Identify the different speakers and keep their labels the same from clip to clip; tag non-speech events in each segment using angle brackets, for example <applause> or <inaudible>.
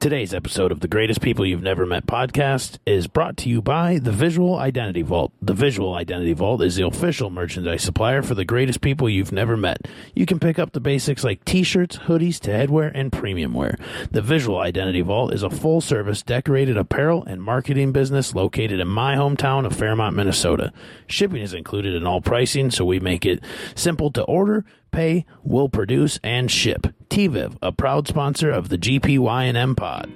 Speaker 1: Today's episode of the Greatest People You've Never Met podcast is brought to you by the Visual Identity Vault. The Visual Identity Vault is the official merchandise supplier for the greatest people you've never met. You can pick up the basics like t shirts, hoodies to headwear, and premium wear. The Visual Identity Vault is a full service decorated apparel and marketing business located in my hometown of Fairmont, Minnesota. Shipping is included in all pricing, so we make it simple to order pay, will produce, and ship. TVIV, a proud sponsor of the GPY and M Pod.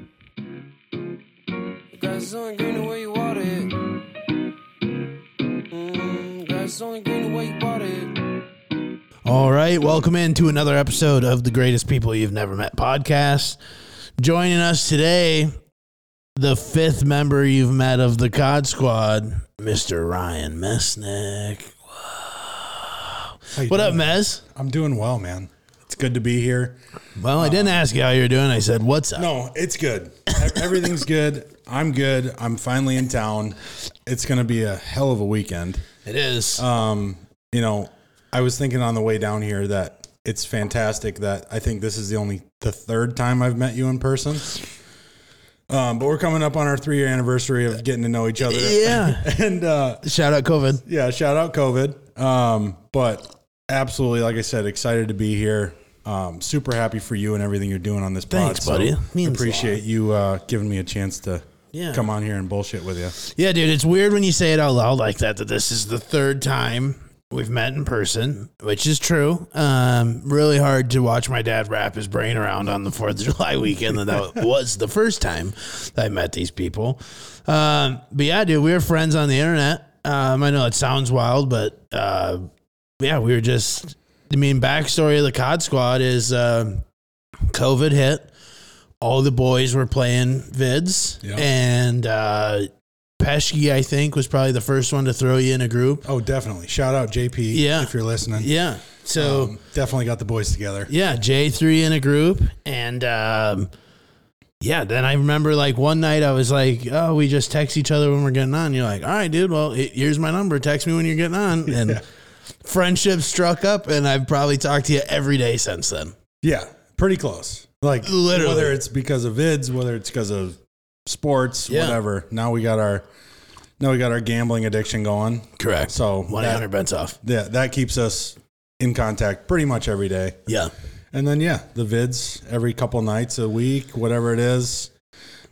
Speaker 2: Grass is only green the way you water it. Mm, grass is only green the way you water it.
Speaker 1: All right, welcome into another episode of the Greatest People You've Never Met podcast. Joining us today, the fifth member you've met of the COD Squad, Mr. Ryan Mesnick.
Speaker 3: How you
Speaker 1: What up,
Speaker 3: doing?
Speaker 1: Mez?
Speaker 3: I'm doing well, man. It's good to be here.
Speaker 1: Well, I didn't ask you how you're doing. I said, "What's up?"
Speaker 3: No, it's good. Ev- Everything's good. I'm good. I'm finally in town. It's going to be a hell of a weekend.
Speaker 1: It is.
Speaker 3: You know, I was thinking on the way down here that it's fantastic that I think this is the only the third time I've met you in person. Um, but we're coming up on our three year anniversary of getting to know each other.
Speaker 1: Yeah.
Speaker 3: <laughs> and uh,
Speaker 1: Shout out COVID.
Speaker 3: yeah, shout out COVID. Um, but absolutely, like I said, excited to be here. Um, super happy for you and everything you're doing on this pod.
Speaker 1: Thanks, buddy. Means a
Speaker 3: appreciate you uh, giving me a chance to
Speaker 1: Yeah.
Speaker 3: come on here and bullshit with you.
Speaker 1: Yeah, dude, it's weird when you say it out loud like that. That this is the third time we've met in person, which is true. Um, really hard to watch my dad wrap his brain around on the Fourth of <laughs> July weekend that that was the first time that I met these people. Um, but yeah, dude, we were friends on the internet. Um, I know it sounds wild, but uh, yeah, we were just. I mean, backstory of the COD Squad is um COVID hit. All the boys were playing vids,
Speaker 3: Yeah.
Speaker 1: and uh, Pesky, I think, was probably the first one to throw you in a group.
Speaker 3: Oh, definitely. Shout out JP.
Speaker 1: Yeah.
Speaker 3: if you're listening.
Speaker 1: Yeah. So
Speaker 3: Um, definitely got the boys together.
Speaker 1: yeah, J three in a group, and um, yeah. Then I remember like one night I was like, "Oh, we just text each other when we're getting on." You're like, "All right, dude. Well, he- here's my number. Text me when you're getting
Speaker 3: <laughs>
Speaker 1: on." And friendship struck up, and I've probably talked to you every day since then.
Speaker 3: Yeah, pretty close. Like
Speaker 1: Literally.
Speaker 3: whether it's because of vids, whether it's because of sports,
Speaker 1: Yeah.
Speaker 3: whatever. Now we got our now we got our gambling addiction going.
Speaker 1: Correct. So
Speaker 3: So
Speaker 1: one
Speaker 3: that-
Speaker 1: eight hundred bents off.
Speaker 3: yeah, that keeps us in contact pretty much every day.
Speaker 1: Yeah.
Speaker 3: And then yeah, the vids every couple nights a week, whatever it is.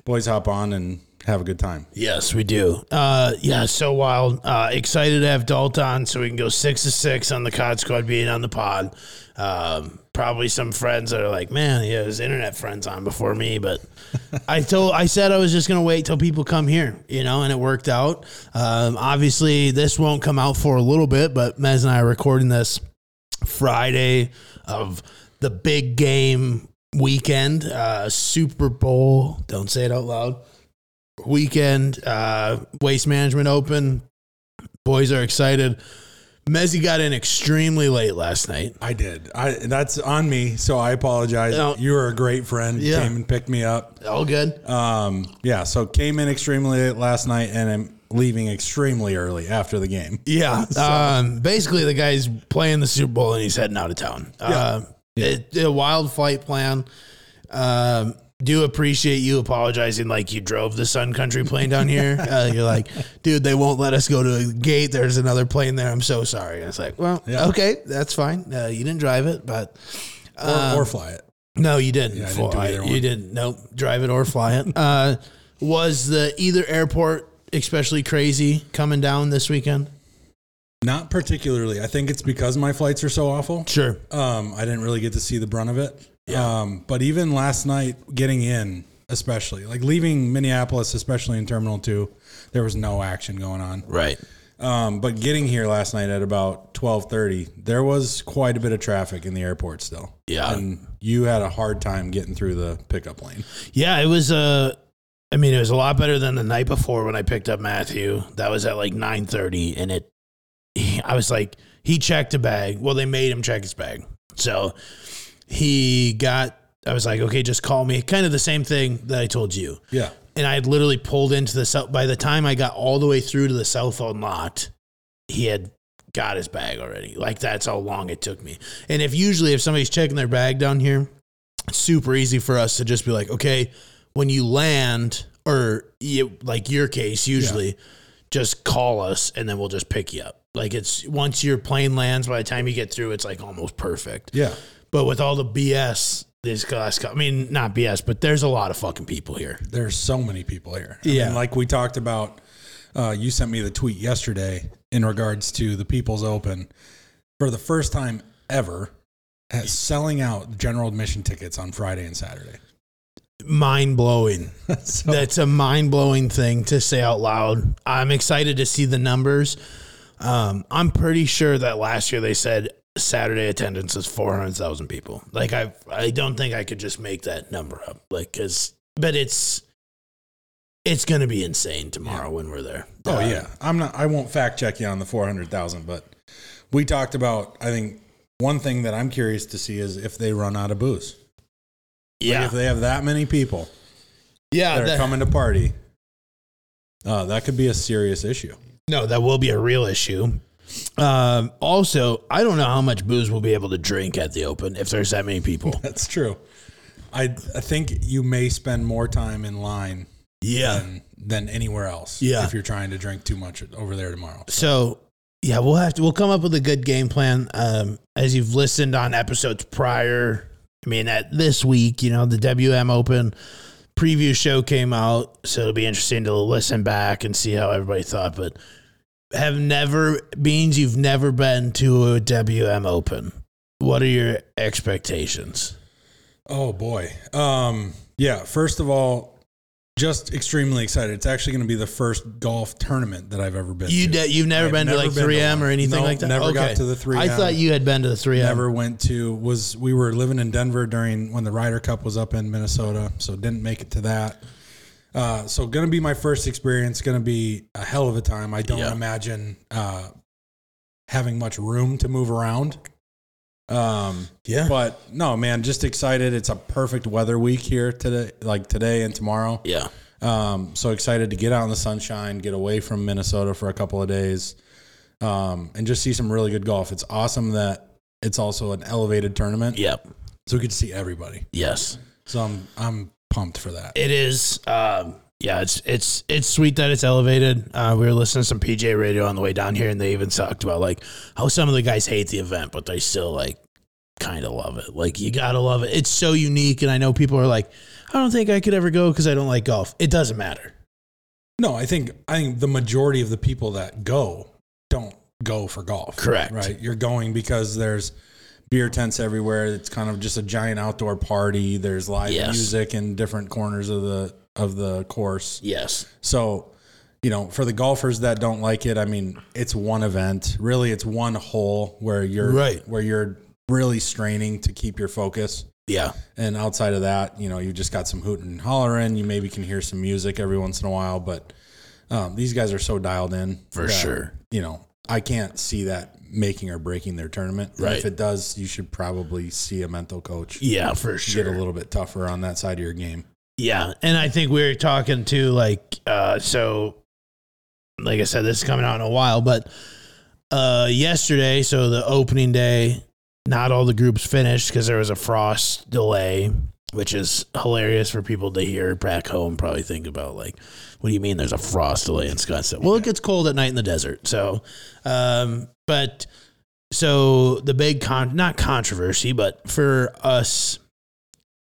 Speaker 3: Boys hop on and have a good time.
Speaker 1: Yes, we do. Uh, yeah, so wild. Uh, excited to have Dalt on so we can go six to six on the COD squad being on the pod. Um, probably some friends that are like, man, yeah, his internet friends on before me, but I told, I said I was just gonna wait till people come here, you know, and it worked out. Um, obviously, this won't come out for a little bit, but Mez and I are recording this Friday of the big game weekend, uh, Super Bowl. Don't say it out loud weekend, uh, Waste Management Open. Boys are excited. Mezzi got in extremely late last night.
Speaker 3: I did. I that's on me, so I apologize.
Speaker 1: No.
Speaker 3: You were a great friend.
Speaker 1: Yeah.
Speaker 3: Came and picked me up.
Speaker 1: All good.
Speaker 3: Um, yeah, so came in extremely late last night and I'm leaving extremely early after the game.
Speaker 1: Yeah. <laughs> Um, basically, the guy's playing the Super Bowl and he's heading out of town. Uh, it- a wild flight plan. Um, do appreciate you apologizing like you drove the Sun Country plane down <laughs> here. Uh, you're like, dude, they won't let us go to a gate. There's another plane there. I'm so sorry. And it's like, well,
Speaker 3: Yeah.
Speaker 1: okay, that's fine. Uh, you didn't drive it, but
Speaker 3: Or, or fly it.
Speaker 1: No, you didn't.
Speaker 3: I didn't
Speaker 1: Fly-
Speaker 3: do either one.
Speaker 1: You didn't. Nope. Drive it or fly it. Uh, was the either airport especially crazy coming down this weekend?
Speaker 3: Not particularly. I think it's because my flights are so awful.
Speaker 1: Sure.
Speaker 3: Um, I didn't really get to see the brunt of it. Um, but even last night, getting in, especially like leaving Minneapolis, especially in Terminal Two, there was no action going on.
Speaker 1: Right.
Speaker 3: Um, but getting here last night at about twelve thirty, there was quite a bit of traffic in the airport still.
Speaker 1: Yeah.
Speaker 3: and you had a hard time getting through the pickup lane.
Speaker 1: Yeah, it was. Uh, I mean, it was a lot better than the night before when I picked up Matthew. That was at like nine thirty, and it. I was like, he checked a bag. Well, they made him check his bag, so he got. I was like, okay, just call me. Kind of the same thing that I told you.
Speaker 3: Yeah,
Speaker 1: and I had literally pulled into the cell. By the time I got all the way through to the cell phone lot, he had got his bag already. Like that's how long it took me. And if usually if somebody's checking their bag down here, it's super easy for us to just be like, okay, when you land, or you, like your case, usually just call us and then we'll just pick you up. Like it's once your plane lands, by the time you get through, it's like almost perfect.
Speaker 3: Yeah.
Speaker 1: But with all the BS, this last, cou- I mean, not BS, but there's a lot of fucking people here.
Speaker 3: There's so many people here.
Speaker 1: Yeah.
Speaker 3: And like we talked about, uh, you sent me the tweet yesterday in regards to the People's Open for the first time ever has selling out general admission tickets on Friday and Saturday. <laughs>
Speaker 1: Mind blowing.
Speaker 3: so, oh,
Speaker 1: That's a mind blowing thing to say out loud. I'm excited to see the numbers. Um, I'm pretty sure that last year they said Saturday attendance is 400,000 people. Like I, I don't think I could just make that number up. Like, cause, but it's, it's gonna be insane tomorrow when we're there.
Speaker 3: oh
Speaker 1: Uh,
Speaker 3: yeah. I'm not I won't fact check you on the 400,000, but we talked about I think one thing that I'm curious to see is if they run out of booze.
Speaker 1: yeah,
Speaker 3: If they have that many people
Speaker 1: yeah.
Speaker 3: that are
Speaker 1: that-
Speaker 3: coming to party, uh, that could be a serious issue.
Speaker 1: no, that will be a real issue. Um, also, I don't know how much booze we'll be able to drink at the open if there's that many people.
Speaker 3: <laughs> That's true. I I think you may spend more time in line
Speaker 1: yeah.
Speaker 3: than, than anywhere else.
Speaker 1: Yeah.
Speaker 3: If you're trying to drink too much over there tomorrow.
Speaker 1: So yeah, we'll have to we'll come up with a good game plan. Um, as you've listened on episodes prior, I mean at this week, you know the WM Open preview show came out, so it'll be interesting to listen back and see how everybody thought. But have never beans, you've never been to a WM Open. What are your expectations?
Speaker 3: Oh boy. Um. Yeah. First of all, just extremely excited. It's actually going to be the first golf tournament that I've ever been
Speaker 1: You
Speaker 3: to.
Speaker 1: de- you've never
Speaker 3: I've
Speaker 1: been
Speaker 3: never
Speaker 1: to like
Speaker 3: been to
Speaker 1: 3M or
Speaker 3: one.
Speaker 1: anything
Speaker 3: No,
Speaker 1: like that.
Speaker 3: never got to the
Speaker 1: I
Speaker 3: 3M.
Speaker 1: thought you had been to the 3M.
Speaker 3: Never went to was we were living in Denver during when the Ryder Cup was up in Minnesota, so didn't make it to that. Uh, so gonna be my first experience. Gonna be a hell of a time. I don't
Speaker 1: Yeah.
Speaker 3: imagine uh, having much room to move around. Um,
Speaker 1: Yeah.
Speaker 3: but no, man, just excited. It's a perfect weather week here today, like today and tomorrow.
Speaker 1: Yeah.
Speaker 3: Um, so excited to get out in the sunshine, get away from Minnesota for a couple of days, um, and just see some really good golf. It's awesome that it's also an elevated tournament,
Speaker 1: Yep.
Speaker 3: so we could see everybody.
Speaker 1: Yes.
Speaker 3: So I'm I'm pumped for that.
Speaker 1: It is. Um, yeah, it's it's it's sweet that it's elevated. Uh, we were listening to some PJ radio on the way down here, and they even talked about like how some of the guys hate the event, but they still like kind of love it. Like you gotta love it. It's so unique, and I know people are like, I don't think I could ever go because I don't like golf. It doesn't matter.
Speaker 3: No, I think I think the majority of the people that go don't go for golf.
Speaker 1: Correct.
Speaker 3: Right. You're going because there's beer tents everywhere. It's kind of just a giant outdoor party. There's live
Speaker 1: Yes.
Speaker 3: music in different corners of the of the course.
Speaker 1: Yes.
Speaker 3: So, you know, for the golfers that don't like it, I mean, it's one event. Really, it's one hole where you're
Speaker 1: Right.
Speaker 3: where you're really straining to keep your focus.
Speaker 1: Yeah.
Speaker 3: And outside of that, you know, you just got some hooting and hollering. You maybe can hear some music every once in a while, but um, these guys are so dialed in
Speaker 1: For
Speaker 3: that,
Speaker 1: sure.
Speaker 3: You know, I can't see that making or breaking their tournament. And
Speaker 1: Right.
Speaker 3: if it does, you should probably see a mental coach.
Speaker 1: Yeah. For sure.
Speaker 3: Get a little bit tougher on that side of your game.
Speaker 1: Yeah, and I think we were talking too, like uh, so. Like I said, this is coming out in a while, but uh, yesterday, so the opening day, not all the groups finished because there was a frost delay, which is hilarious for people to hear back home. Probably think about like, what do you mean there's a frost delay in Scottsdale? Well, it gets cold at night in the desert, so. Um, but so the big con not controversy, but for us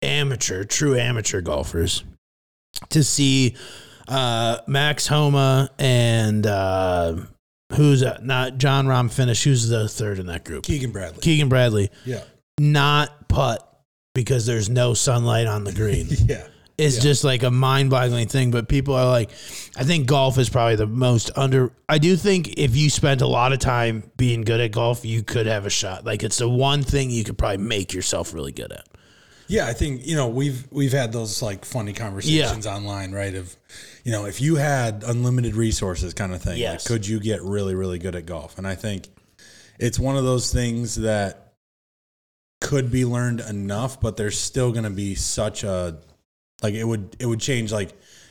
Speaker 1: amateur, true amateur golfers to see uh, Max Homa and uh, who's uh, not John Rom finish. Who's the third in that group?
Speaker 3: Keegan Bradley.
Speaker 1: Keegan Bradley
Speaker 3: yeah.
Speaker 1: not putt because there's no sunlight on the green.
Speaker 3: <laughs> Yeah.
Speaker 1: It's
Speaker 3: Yeah.
Speaker 1: just like a mind boggling thing. But people are like, I think golf is probably the most under. I do think if you spent a lot of time being good at golf, you could have a shot. Like it's the one thing you could probably make yourself really good at.
Speaker 3: Yeah, I think you know we've we've had those like funny conversations online, right? Of you know if you had unlimited resources, kind of thing. like,
Speaker 1: Yes.
Speaker 3: could you get really really good at golf? And I think it's one of those things that could be learned enough, but there's still going to be such a like it would it would change like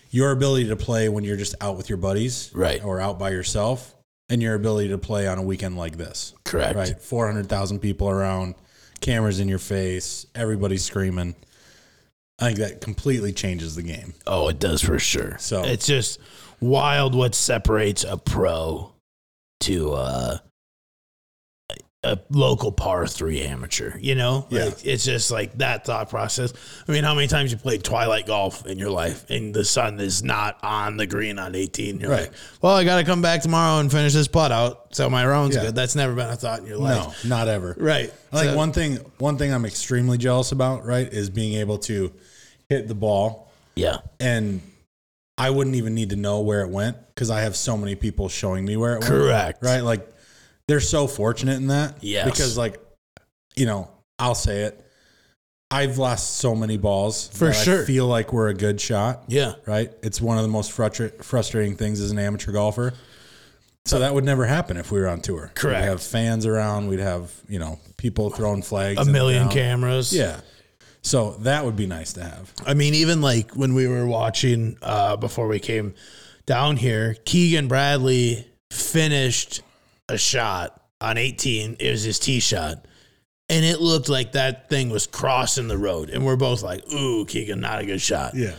Speaker 3: your ability to play when you're just out with your buddies,
Speaker 1: Right.
Speaker 3: or out by yourself, and your ability to play on a weekend like this.
Speaker 1: Correct.
Speaker 3: Right. 400,000 people around, cameras in your face, everybody screaming. I think that completely changes the game.
Speaker 1: Oh, it does for sure.
Speaker 3: So-
Speaker 1: it's just wild what separates a pro to uh, a local par three amateur. You know,
Speaker 3: Yeah.
Speaker 1: Like, it's just like that thought process. I mean, how many times you played twilight golf in your life, and the sun is not on the green on eighteen? You're
Speaker 3: Right.
Speaker 1: like, well, I got to come back tomorrow and finish this putt out so my round's
Speaker 3: Yeah.
Speaker 1: good. That's never been a thought in your life,
Speaker 3: No, not ever.
Speaker 1: right?
Speaker 3: Like
Speaker 1: So-
Speaker 3: one thing, one thing I'm extremely jealous about, right, is being able to hit the ball
Speaker 1: yeah,
Speaker 3: and I wouldn't even need to know where it went because I have so many people showing me where it went.
Speaker 1: correct,
Speaker 3: Right? Like they're so fortunate in that.
Speaker 1: Yes.
Speaker 3: Because like, you know, I'll say it. I've lost so many balls
Speaker 1: For
Speaker 3: that I
Speaker 1: sure.
Speaker 3: feel like we're a good shot.
Speaker 1: Yeah,
Speaker 3: Right? It's one of the most frustra- frustrating things as an amateur golfer. So that would never happen if we were on tour.
Speaker 1: Correct.
Speaker 3: We'd have fans around. We'd have you know people throwing flags.
Speaker 1: a
Speaker 3: in the
Speaker 1: million
Speaker 3: ground.
Speaker 1: cameras.
Speaker 3: Yeah. So that would be nice to have.
Speaker 1: I mean, even like when we were watching uh, before we came down here, Keegan Bradley finished a shot on 18. It was his tee shot. And it looked like that thing was crossing the road. And we're both like, ooh, Keegan, not a good shot.
Speaker 3: Yeah.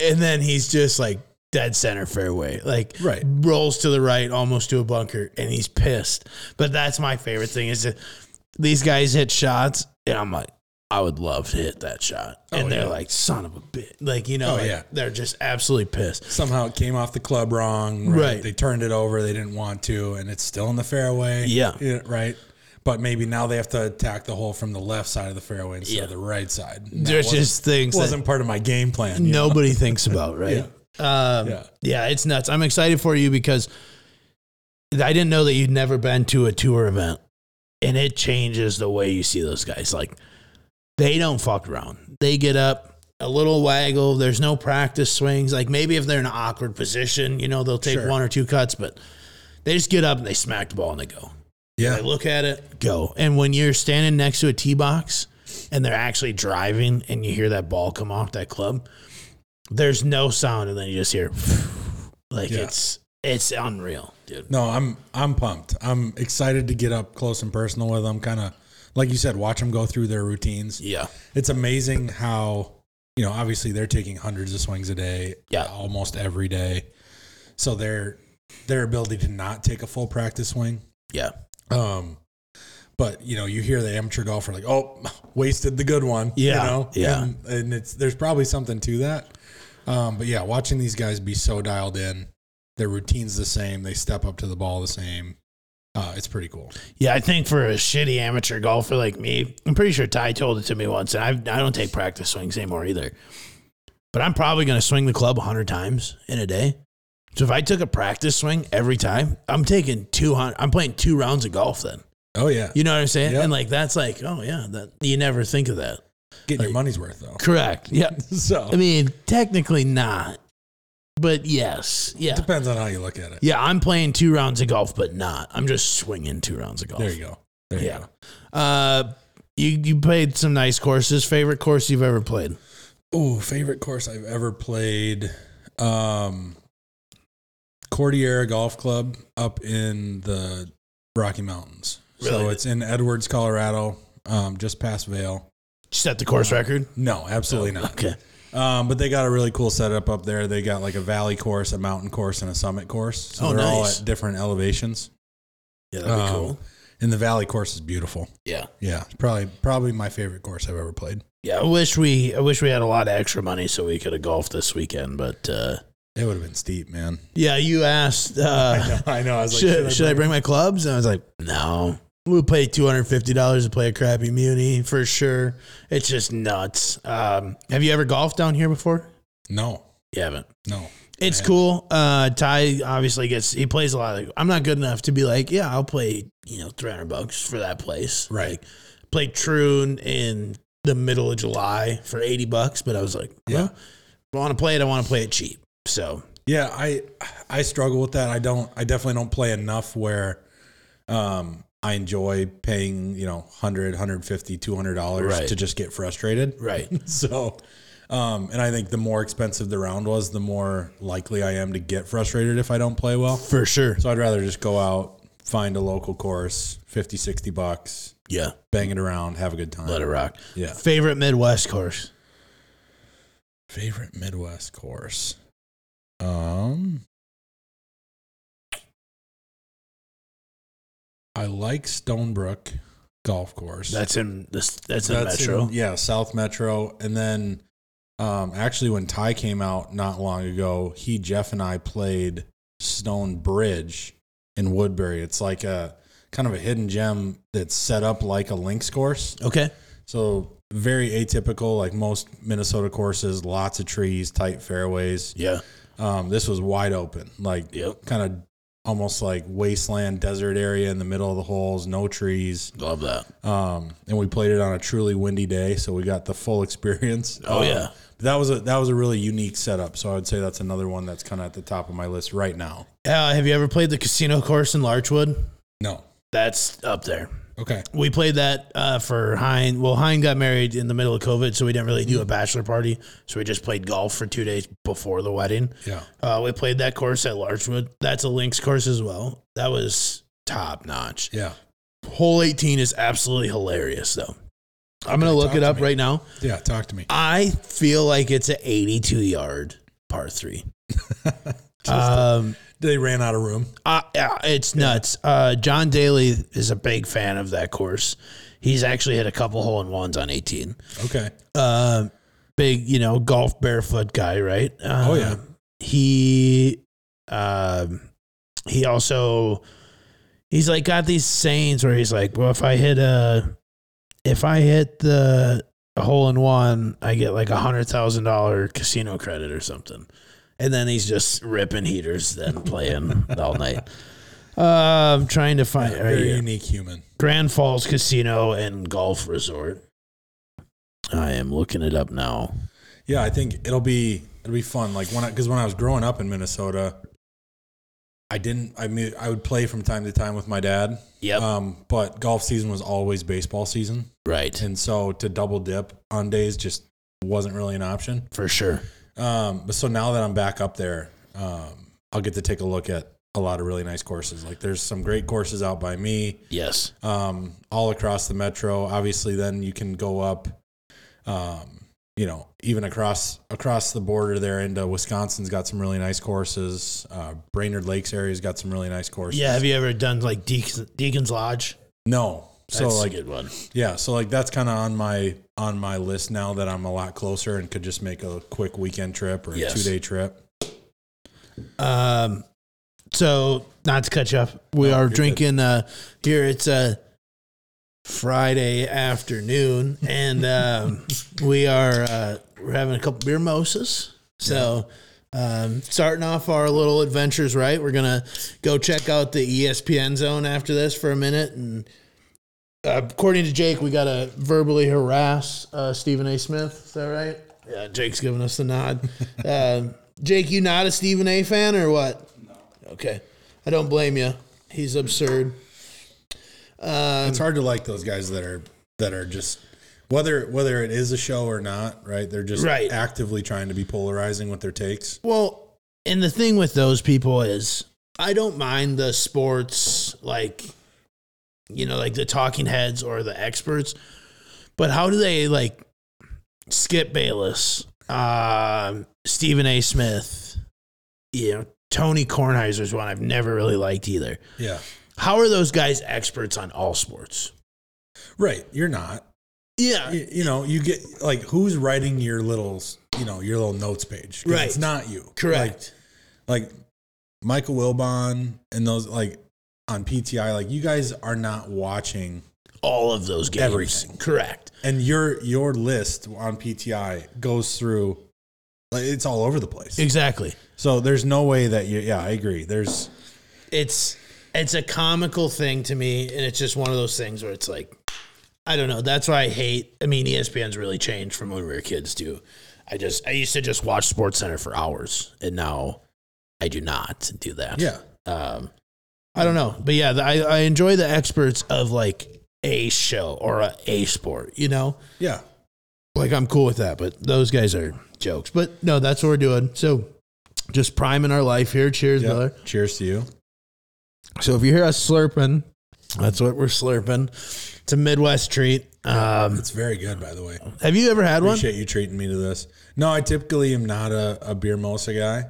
Speaker 1: And then he's just like dead center fairway, like
Speaker 3: Right.
Speaker 1: rolls to the right, almost to a bunker, and he's pissed. But that's my favorite thing is that these guys hit shots, and I'm like, I would love to hit that shot. And
Speaker 3: Oh,
Speaker 1: they're
Speaker 3: yeah.
Speaker 1: like, son of a bitch. Like, you know,
Speaker 3: Oh,
Speaker 1: like,
Speaker 3: yeah.
Speaker 1: they're just absolutely pissed.
Speaker 3: Somehow it came off the club wrong.
Speaker 1: Right.
Speaker 3: They turned it over. They didn't want to, and it's still in the fairway.
Speaker 1: Yeah.
Speaker 3: right. But maybe now they have to attack the hole from the left side of the fairway instead
Speaker 1: Yeah.
Speaker 3: of the right side. And that
Speaker 1: There's
Speaker 3: wasn't-
Speaker 1: just things that
Speaker 3: wasn't part of my game plan. you know?
Speaker 1: nobody thinks about, right? Um, yeah.
Speaker 3: Yeah.
Speaker 1: it's nuts. I'm excited for you because I didn't know that you'd never been to a tour event, and it changes the way you see those guys. Like, they don't fuck around. They get up a little waggle. There's no practice swings. Like maybe if they're in an awkward position, you know, they'll take
Speaker 3: Sure.
Speaker 1: one or two cuts, but they just get up and they smack the ball and they go.
Speaker 3: Yeah.
Speaker 1: They look at it, go. And when you're standing next to a tee box and they're actually driving and you hear that ball come off that club, there's no sound and then you just hear <sighs> like
Speaker 3: Yeah.
Speaker 1: it's it's unreal, dude.
Speaker 3: No, I'm I'm pumped. I'm excited to get up close and personal with them. Kind of like you said, watch them go through their routines.
Speaker 1: Yeah.
Speaker 3: It's amazing how you know. Obviously, they're taking hundreds of swings a day.
Speaker 1: Yeah.
Speaker 3: almost every day. So their their ability to not take a full practice swing.
Speaker 1: Yeah.
Speaker 3: Um, but you know, you hear the amateur golfer like, "Oh, wasted the good one."
Speaker 1: Yeah,
Speaker 3: you know?
Speaker 1: yeah.
Speaker 3: And, and it's there's probably something to that. Um, but yeah, watching these guys be so dialed in, their routine's the same. They step up to the ball the same. Uh, it's pretty cool.
Speaker 1: Yeah, I think for a shitty amateur golfer like me, I'm pretty sure Ty told it to me once, and I I don't take practice swings anymore either. But I'm probably going to swing the club 100 times in a day. So if I took a practice swing every time, I'm taking 200. I'm playing two rounds of golf then.
Speaker 3: Oh yeah,
Speaker 1: You know what I'm saying?
Speaker 3: Yep.
Speaker 1: And like that's like, oh yeah, that you never think of that.
Speaker 3: getting
Speaker 1: like-
Speaker 3: your money's worth though. <laughs>
Speaker 1: Correct. Yeah.
Speaker 3: So
Speaker 1: I mean, technically not, but yes, yeah,
Speaker 3: depends on how you look at it.
Speaker 1: yeah. I'm playing two rounds of golf, but not. I'm just swinging two rounds of golf.
Speaker 3: There you go. There
Speaker 1: Yeah.
Speaker 3: you go.
Speaker 1: Uh, you you played some nice courses. Favorite course you've ever played?
Speaker 3: Oh, favorite course I've ever played. Um, Cordillera Golf Club up in the Rocky Mountains. So
Speaker 1: Really?
Speaker 3: it's in Edwards, Colorado, um, just past Vale.
Speaker 1: Set the course
Speaker 3: Uh,
Speaker 1: record.
Speaker 3: No, absolutely not.
Speaker 1: Okay.
Speaker 3: Um, but they got a really cool setup up there. They got like a valley course, a mountain course, and a summit course. So
Speaker 1: Oh,
Speaker 3: they're all
Speaker 1: nice.
Speaker 3: at different elevations.
Speaker 1: Yeah, that'd be
Speaker 3: Um,
Speaker 1: cool.
Speaker 3: And the valley course is beautiful.
Speaker 1: Yeah.
Speaker 3: Yeah, it's probably probably my favorite course I've ever played.
Speaker 1: Yeah. I wish we I wish we had a lot of extra money so we could have golfed this weekend. But uh,
Speaker 3: It would have been steep, man.
Speaker 1: yeah, you asked. Uh,
Speaker 3: <laughs> I know. I know. I was like,
Speaker 1: should,
Speaker 3: "Should I
Speaker 1: should I bring my clubs? And I was like, no. We'll pay two hundred fifty dollars to play a crappy muni for sure. It's just nuts. Um, have you ever golfed down here before?
Speaker 3: no,
Speaker 1: You haven't.
Speaker 3: no.
Speaker 1: It's
Speaker 3: I
Speaker 1: cool. Uh, Ty obviously gets he plays a lot. Of, I'm not good enough to be like, yeah, I'll play you know 300 bucks for that place.
Speaker 3: Right.
Speaker 1: Like, played Troon in the middle of July for 80 bucks, but I was like,
Speaker 3: Yeah.
Speaker 1: yeah, I want to play it. I want to play it cheap. So
Speaker 3: Yeah, I I struggle with that. I don't. I definitely don't play enough where um, I enjoy paying you know 100 150 200 dollars
Speaker 1: Right.
Speaker 3: to just get
Speaker 1: <laughs>
Speaker 3: frustrated.
Speaker 1: right,
Speaker 3: <laughs> So, um, and I think the more expensive the round was, the more likely I am to get frustrated if I don't play well.
Speaker 1: for sure.
Speaker 3: So I'd rather just go out, find a local course, 50, 60 bucks,
Speaker 1: Yeah,
Speaker 3: bang it around, have a good time.
Speaker 1: let it rock.
Speaker 3: Yeah.
Speaker 1: Favorite Midwest course?
Speaker 3: Favorite Midwest course. Um I like Stonebrook golf course.
Speaker 1: That's in this. That's in Metro.
Speaker 3: in- yeah, South Metro. And then um, actually, when Ty came out not long ago, he, Jeff, and I played Stone Bridge in Woodbury. It's like a kind of a hidden gem that's set up like a links course.
Speaker 1: Okay.
Speaker 3: So very atypical, like most Minnesota courses, lots of trees, tight fairways.
Speaker 1: Yeah.
Speaker 3: Um, this was wide open, like
Speaker 1: Yep.
Speaker 3: kind of almost like wasteland desert area in the middle of the holes, no trees.
Speaker 1: Love that.
Speaker 3: Um, and we played it on a truly windy day, so we got the full <laughs> experience.
Speaker 1: Oh,
Speaker 3: Um,
Speaker 1: yeah.
Speaker 3: that was a that was a really unique setup. So I would say that's another one that's kind of at the top of my list right now.
Speaker 1: Uh, have you ever played the casino course in Larchwood?
Speaker 3: No,
Speaker 1: That's up there.
Speaker 3: okay,
Speaker 1: We played that uh, for Hein. Well, Hein got married in the middle of COVID, so we didn't really do a bachelor party. So we just played golf for two days before the wedding.
Speaker 3: yeah,
Speaker 1: Uh, we played that course at Larchwood. That's a links course as well. That was top notch.
Speaker 3: yeah,
Speaker 1: Hole 18 is absolutely hilarious, though. I'm going to look
Speaker 3: talk
Speaker 1: it
Speaker 3: to
Speaker 1: up
Speaker 3: me.
Speaker 1: right now.
Speaker 3: yeah. Talk to me.
Speaker 1: I feel like it's an 82 yard par three. um,
Speaker 3: They ran out of room.
Speaker 1: uh, yeah, it's nuts. Uh, John Daly is a big fan of that course. He's actually hit a couple hole in ones on 18.
Speaker 3: Okay.
Speaker 1: Uh, big, you know, golf barefoot guy, right? Uh,
Speaker 3: Oh yeah.
Speaker 1: He, um, he also, he's like got these sayings where he's like, well, if I hit a, if I hit the hole in one, I get like a hundred thousand dollar casino credit or something. And then he's just ripping heaters, then playing all
Speaker 3: <laughs>
Speaker 1: night. Uh, I'm trying to find right
Speaker 3: Very
Speaker 1: here.
Speaker 3: unique human.
Speaker 1: Grand Falls Casino and Golf Resort. I am looking it up now.
Speaker 3: Yeah, I think it'll be it'll be fun. Like when I because when I was growing up in Minnesota, I didn't. I mean, I would play from time to time with my dad.
Speaker 1: Yep.
Speaker 3: Um, but golf season was always baseball season.
Speaker 1: right.
Speaker 3: and so to double dip on days just wasn't really an option.
Speaker 1: For sure.
Speaker 3: Um, but so now that I'm back up there, um, I'll get to take a look at a lot of really nice courses. Like there's some great courses out by me,
Speaker 1: Yes.
Speaker 3: um, all across the metro. Obviously, then you can go up, um, you know, even across across the border there into Wisconsin's got some really nice courses. Uh, Brainerd Lakes area's got some really nice courses.
Speaker 1: Yeah. Have you ever done like Deacon's, Deacon's Lodge?
Speaker 3: no.
Speaker 1: That's
Speaker 3: So like
Speaker 1: a good one.
Speaker 3: Yeah, so like that's kind of on my on my list now that I'm a lot closer and could just make a quick weekend trip or a
Speaker 1: Yes.
Speaker 3: two day trip.
Speaker 1: Um, so not to cut you off, we are
Speaker 3: good.
Speaker 1: drinking uh, here. It's uh, Friday afternoon, and um, we are uh, we're having a couple beer moses. So. Um, starting off our little adventures, right? We're gonna go check out the E ESPN zone after this for a minute, and uh, according to Jake, we gotta verbally harass uh, Stephen A. Smith. Is that right? Yeah, Jake's giving us the nod. um, Jake, you not a Stephen A. fan or what? No. Okay, I don't blame you. He's absurd. Um,
Speaker 3: It's hard to like those guys that are that are just whether whether it is a show or not, right? They're just
Speaker 1: Right.
Speaker 3: actively trying to be polarizing with their takes.
Speaker 1: Well, and the thing with those people is I don't mind the sports like you know, like the talking heads or the experts, but how do they like Skip Bayless, um, Stephen A. Smith, you know, Tony Kornheiser's one I've never really liked either.
Speaker 3: Yeah,
Speaker 1: How are those guys experts on all sports?
Speaker 3: right. You're not.
Speaker 1: Yeah.
Speaker 3: You, you know, you get like who's writing your little s- you know your little notes page? 'Cause
Speaker 1: Right.
Speaker 3: It's not you. Like,
Speaker 1: Correct.
Speaker 3: like Michael Wilbon and those like on PTI. Like you guys are not watching.
Speaker 1: all of those games.
Speaker 3: Everything.
Speaker 1: Correct.
Speaker 3: and your your list on PTI goes through like it's all over the place.
Speaker 1: Exactly.
Speaker 3: So there's no way that you yeah, I agree. There's
Speaker 1: it's it's a comical thing to me and it's just one of those things where it's like i don't know that's why i hate i mean E espn's really changed from when we were kids too i just i used to just watch sports center for hours and now i do not do that
Speaker 3: yeah.
Speaker 1: um i don't know but yeah the, i i enjoy the experts of like a show or a, a sport you know
Speaker 3: Yeah.
Speaker 1: like I'm cool with that, but those guys are jokes. But no, that's what we're doing. So just priming our life here. Cheers,
Speaker 3: yeah.
Speaker 1: brother.
Speaker 3: Cheers to you.
Speaker 1: So if you hear us slurping, that's what we're slurping. It's a Midwest treat. Um,
Speaker 3: It's very good, by the way.
Speaker 1: have you ever had one?
Speaker 3: Appreciate you treating me to this. No, I typically am not a, a beer mimosa guy.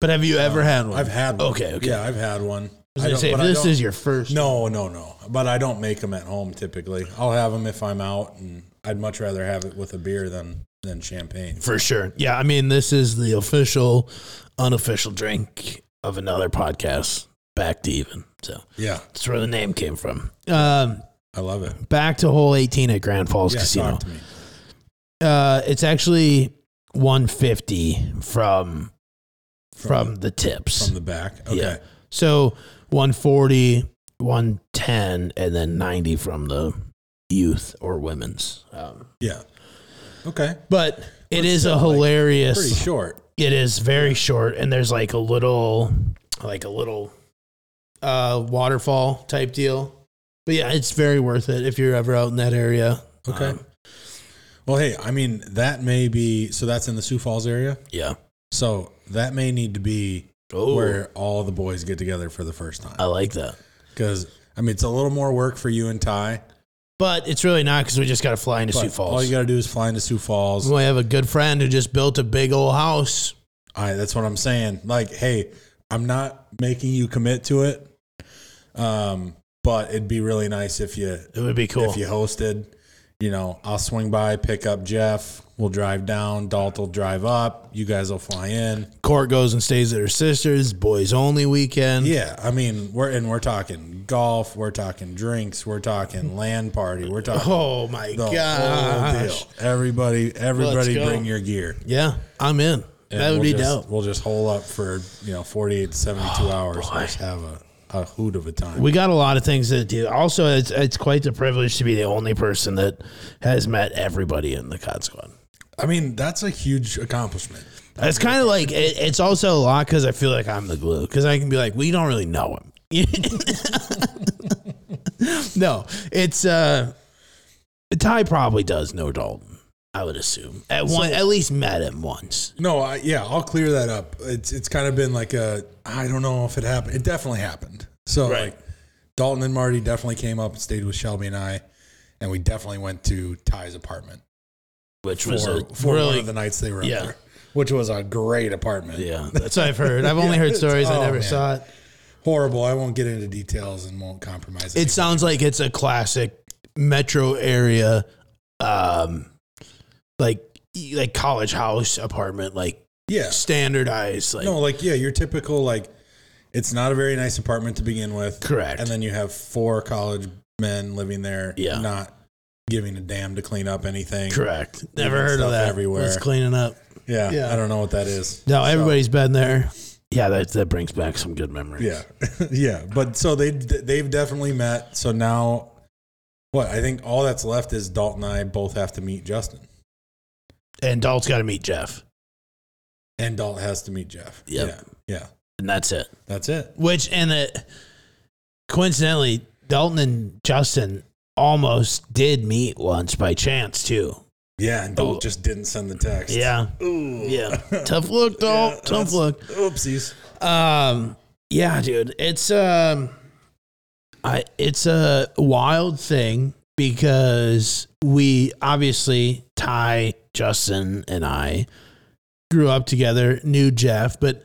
Speaker 1: But have you ever had one?
Speaker 3: Uh, I've had one.
Speaker 1: Okay, okay.
Speaker 3: Yeah, I've had one.
Speaker 1: I was gonna
Speaker 3: don't-
Speaker 1: say, if
Speaker 3: but I
Speaker 1: this
Speaker 3: don't-
Speaker 1: is your first.
Speaker 3: No, no, no. But I don't make them at home typically. I'll have them if I'm out, and I'd much rather have it with a beer than than champagne.
Speaker 1: For sure. Yeah, I mean, this is the official, unofficial drink of another podcast. Back to even. So
Speaker 3: Yeah,
Speaker 1: that's where the name came from. Um,
Speaker 3: I love it.
Speaker 1: back to hole 18 at Grand Falls
Speaker 3: Yeah,
Speaker 1: Casino.
Speaker 3: talk to me.
Speaker 1: Uh, it's actually 150 from from the tips.
Speaker 3: From the back. Okay.
Speaker 1: Yeah. so 140, 110, and then 90 from the youth or women's. Um,
Speaker 3: Yeah. Okay.
Speaker 1: but it is a
Speaker 3: still, like,
Speaker 1: hilarious.
Speaker 3: Pretty short.
Speaker 1: It is very short, and there's like a little, like a little, uh, waterfall type deal. But yeah, it's very worth it if you're ever out in that area.
Speaker 3: Okay.
Speaker 1: Um,
Speaker 3: Well, hey, I mean that may be so. That's in the Sioux Falls area.
Speaker 1: yeah.
Speaker 3: So that may need to be
Speaker 1: Oh, Uh,
Speaker 3: where all the boys get together for the first time.
Speaker 1: I like that.
Speaker 3: Because I mean, it's a little more work for you and Ty.
Speaker 1: But it's really not because we just got to fly into
Speaker 3: but
Speaker 1: Sioux
Speaker 3: All
Speaker 1: Falls.
Speaker 3: you got to do is fly into Sioux Falls.
Speaker 1: we have a good friend who just built a big old house.
Speaker 3: I that's what I'm saying. Like, hey, I'm not making you commit to it. Um, but it'd be really nice if you
Speaker 1: It would be cool.
Speaker 3: if you hosted, you know, I'll swing by, pick up Jeff, we'll drive down, Dalt will drive up, you guys will fly in.
Speaker 1: Court goes and stays at her sister's boys only weekend.
Speaker 3: Yeah, I mean, we're and we're talking golf, we're talking drinks, we're
Speaker 1: <laughs>
Speaker 3: talking land party, we're talking
Speaker 1: Oh my
Speaker 3: the whole
Speaker 1: gosh.
Speaker 3: deal. Everybody, everybody,
Speaker 1: go.
Speaker 3: bring your gear.
Speaker 1: Yeah, I'm in.
Speaker 3: And
Speaker 1: that would be
Speaker 3: we'll just,
Speaker 1: dope. Oh,
Speaker 3: We'll just hole up for you know 48 to 72 hours and just have a, a hoot of a time.
Speaker 1: We got a lot of things to do. Also, it's it's quite the privilege to be the only person that has met everybody in the COD squad.
Speaker 3: I mean, that's a huge accomplishment.
Speaker 1: It's kind of like it, it's also a lot because I feel like I'm the glue because I can be like, we don't really know him. <laughs> no, it's uh, Ty probably does know Dalton. I would assume at one at least met him once.
Speaker 3: No, I, yeah, I'll clear that up. It's it's kind of been like a I don't know if it happened. It definitely happened. So
Speaker 1: Right.
Speaker 3: like Dalton and Marty definitely came up and stayed with Shelby and I, and we definitely went to Ty's apartment
Speaker 1: Which
Speaker 3: for,
Speaker 1: was a
Speaker 3: for one
Speaker 1: really
Speaker 3: of the nights they were
Speaker 1: yeah.
Speaker 3: up there, which was a great
Speaker 1: <laughs>
Speaker 3: apartment.
Speaker 1: yeah. That's what I've heard. I've only heard
Speaker 3: it's-
Speaker 1: stories. I
Speaker 3: oh,
Speaker 1: never
Speaker 3: man.
Speaker 1: saw it.
Speaker 3: Horrible. I won't get into details and won't compromise.
Speaker 1: It sounds like it's a classic metro area, um, like e, like college house apartment, like
Speaker 3: yeah.
Speaker 1: standardized, like
Speaker 3: No, like yeah, your typical like it's not a very nice apartment to begin with.
Speaker 1: Correct.
Speaker 3: And then you have four college men living there,
Speaker 1: Yeah.
Speaker 3: not giving a damn to clean up anything.
Speaker 1: correct. Never
Speaker 3: Leaving
Speaker 1: heard
Speaker 3: stuff
Speaker 1: of that.
Speaker 3: everywhere.
Speaker 1: It's cleaning up.
Speaker 3: Yeah,
Speaker 1: Yeah.
Speaker 3: I don't know what that is.
Speaker 1: No,
Speaker 3: So,
Speaker 1: everybody's been there. Yeah, that that brings back some good memories.
Speaker 3: Yeah, <laughs> yeah, but so they they've definitely met. So now, what I think all that's left is Dalton and I both have to meet Justin,
Speaker 1: and Dalt's got to meet Jeff,
Speaker 3: and Dalt has to meet Jeff.
Speaker 1: Yep.
Speaker 3: Yeah, yeah,
Speaker 1: and that's it.
Speaker 3: that's it.
Speaker 1: Which and it, coincidentally, Dalton and Justin almost did meet once by chance too.
Speaker 3: Yeah, and Dalt just didn't send the text.
Speaker 1: Yeah,
Speaker 3: Ooh. <laughs>
Speaker 1: yeah. Tough look, Dalt.
Speaker 3: Yeah,
Speaker 1: Tough
Speaker 3: that's-
Speaker 1: look.
Speaker 3: Oopsies.
Speaker 1: Um, yeah, dude, it's um, I it's a wild thing because we obviously Ty, Justin, and I grew up together, knew Jeff, but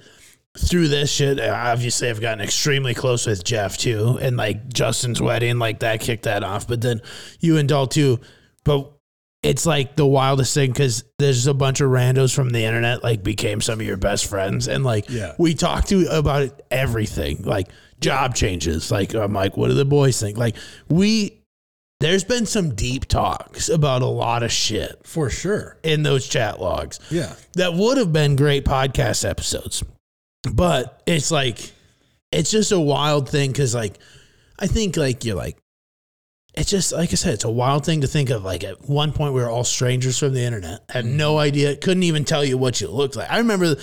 Speaker 1: through this shit, obviously I've gotten extremely close with Jeff too, and like Justin's wedding, like that kicked that off. But then you and Dal too, but. It's like the wildest thing because there's a bunch of randos from the internet like became some of your best friends and like
Speaker 3: Yeah.
Speaker 1: we talked to about it, everything like job changes like i'm like what do the boys think like we there's been some deep talks about a lot of shit
Speaker 3: For sure.
Speaker 1: in those chat logs
Speaker 3: Yeah.
Speaker 1: that would have been great podcast episodes but it's like it's just a wild thing because like i think like you're like it's just like i said it's a wild thing to think of like at one point we were all strangers from the internet had no idea couldn't even tell you what you looked like i remember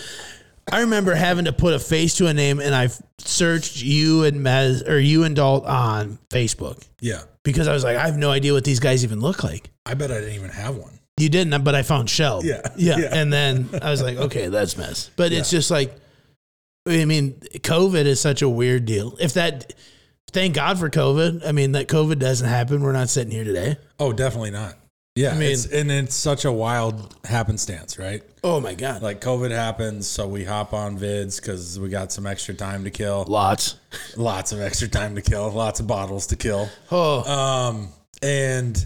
Speaker 1: i remember having to put a face to a name and i searched you and mez or you and dalt on facebook
Speaker 3: Yeah.
Speaker 1: because i was like i have no idea what these guys even look like
Speaker 3: I bet I didn't even have one.
Speaker 1: you didn't, but I found Shell.
Speaker 3: Yeah.
Speaker 1: yeah.
Speaker 3: Yeah.
Speaker 1: And then I was like, okay, that's mess. But it's just like, I mean, COVID is such a weird deal. If that thank God for COVID. I mean, that COVID doesn't happen. We're not sitting here today.
Speaker 3: Oh, definitely not. Yeah,
Speaker 1: mean-
Speaker 3: it's, and it's such a wild happenstance, right?
Speaker 1: Oh my God.
Speaker 3: Like COVID happens, so we hop on vids because we got some extra time to kill,
Speaker 1: Lots.
Speaker 3: lots of extra time to kill, lots of bottles to kill.
Speaker 1: Oh,
Speaker 3: Um, and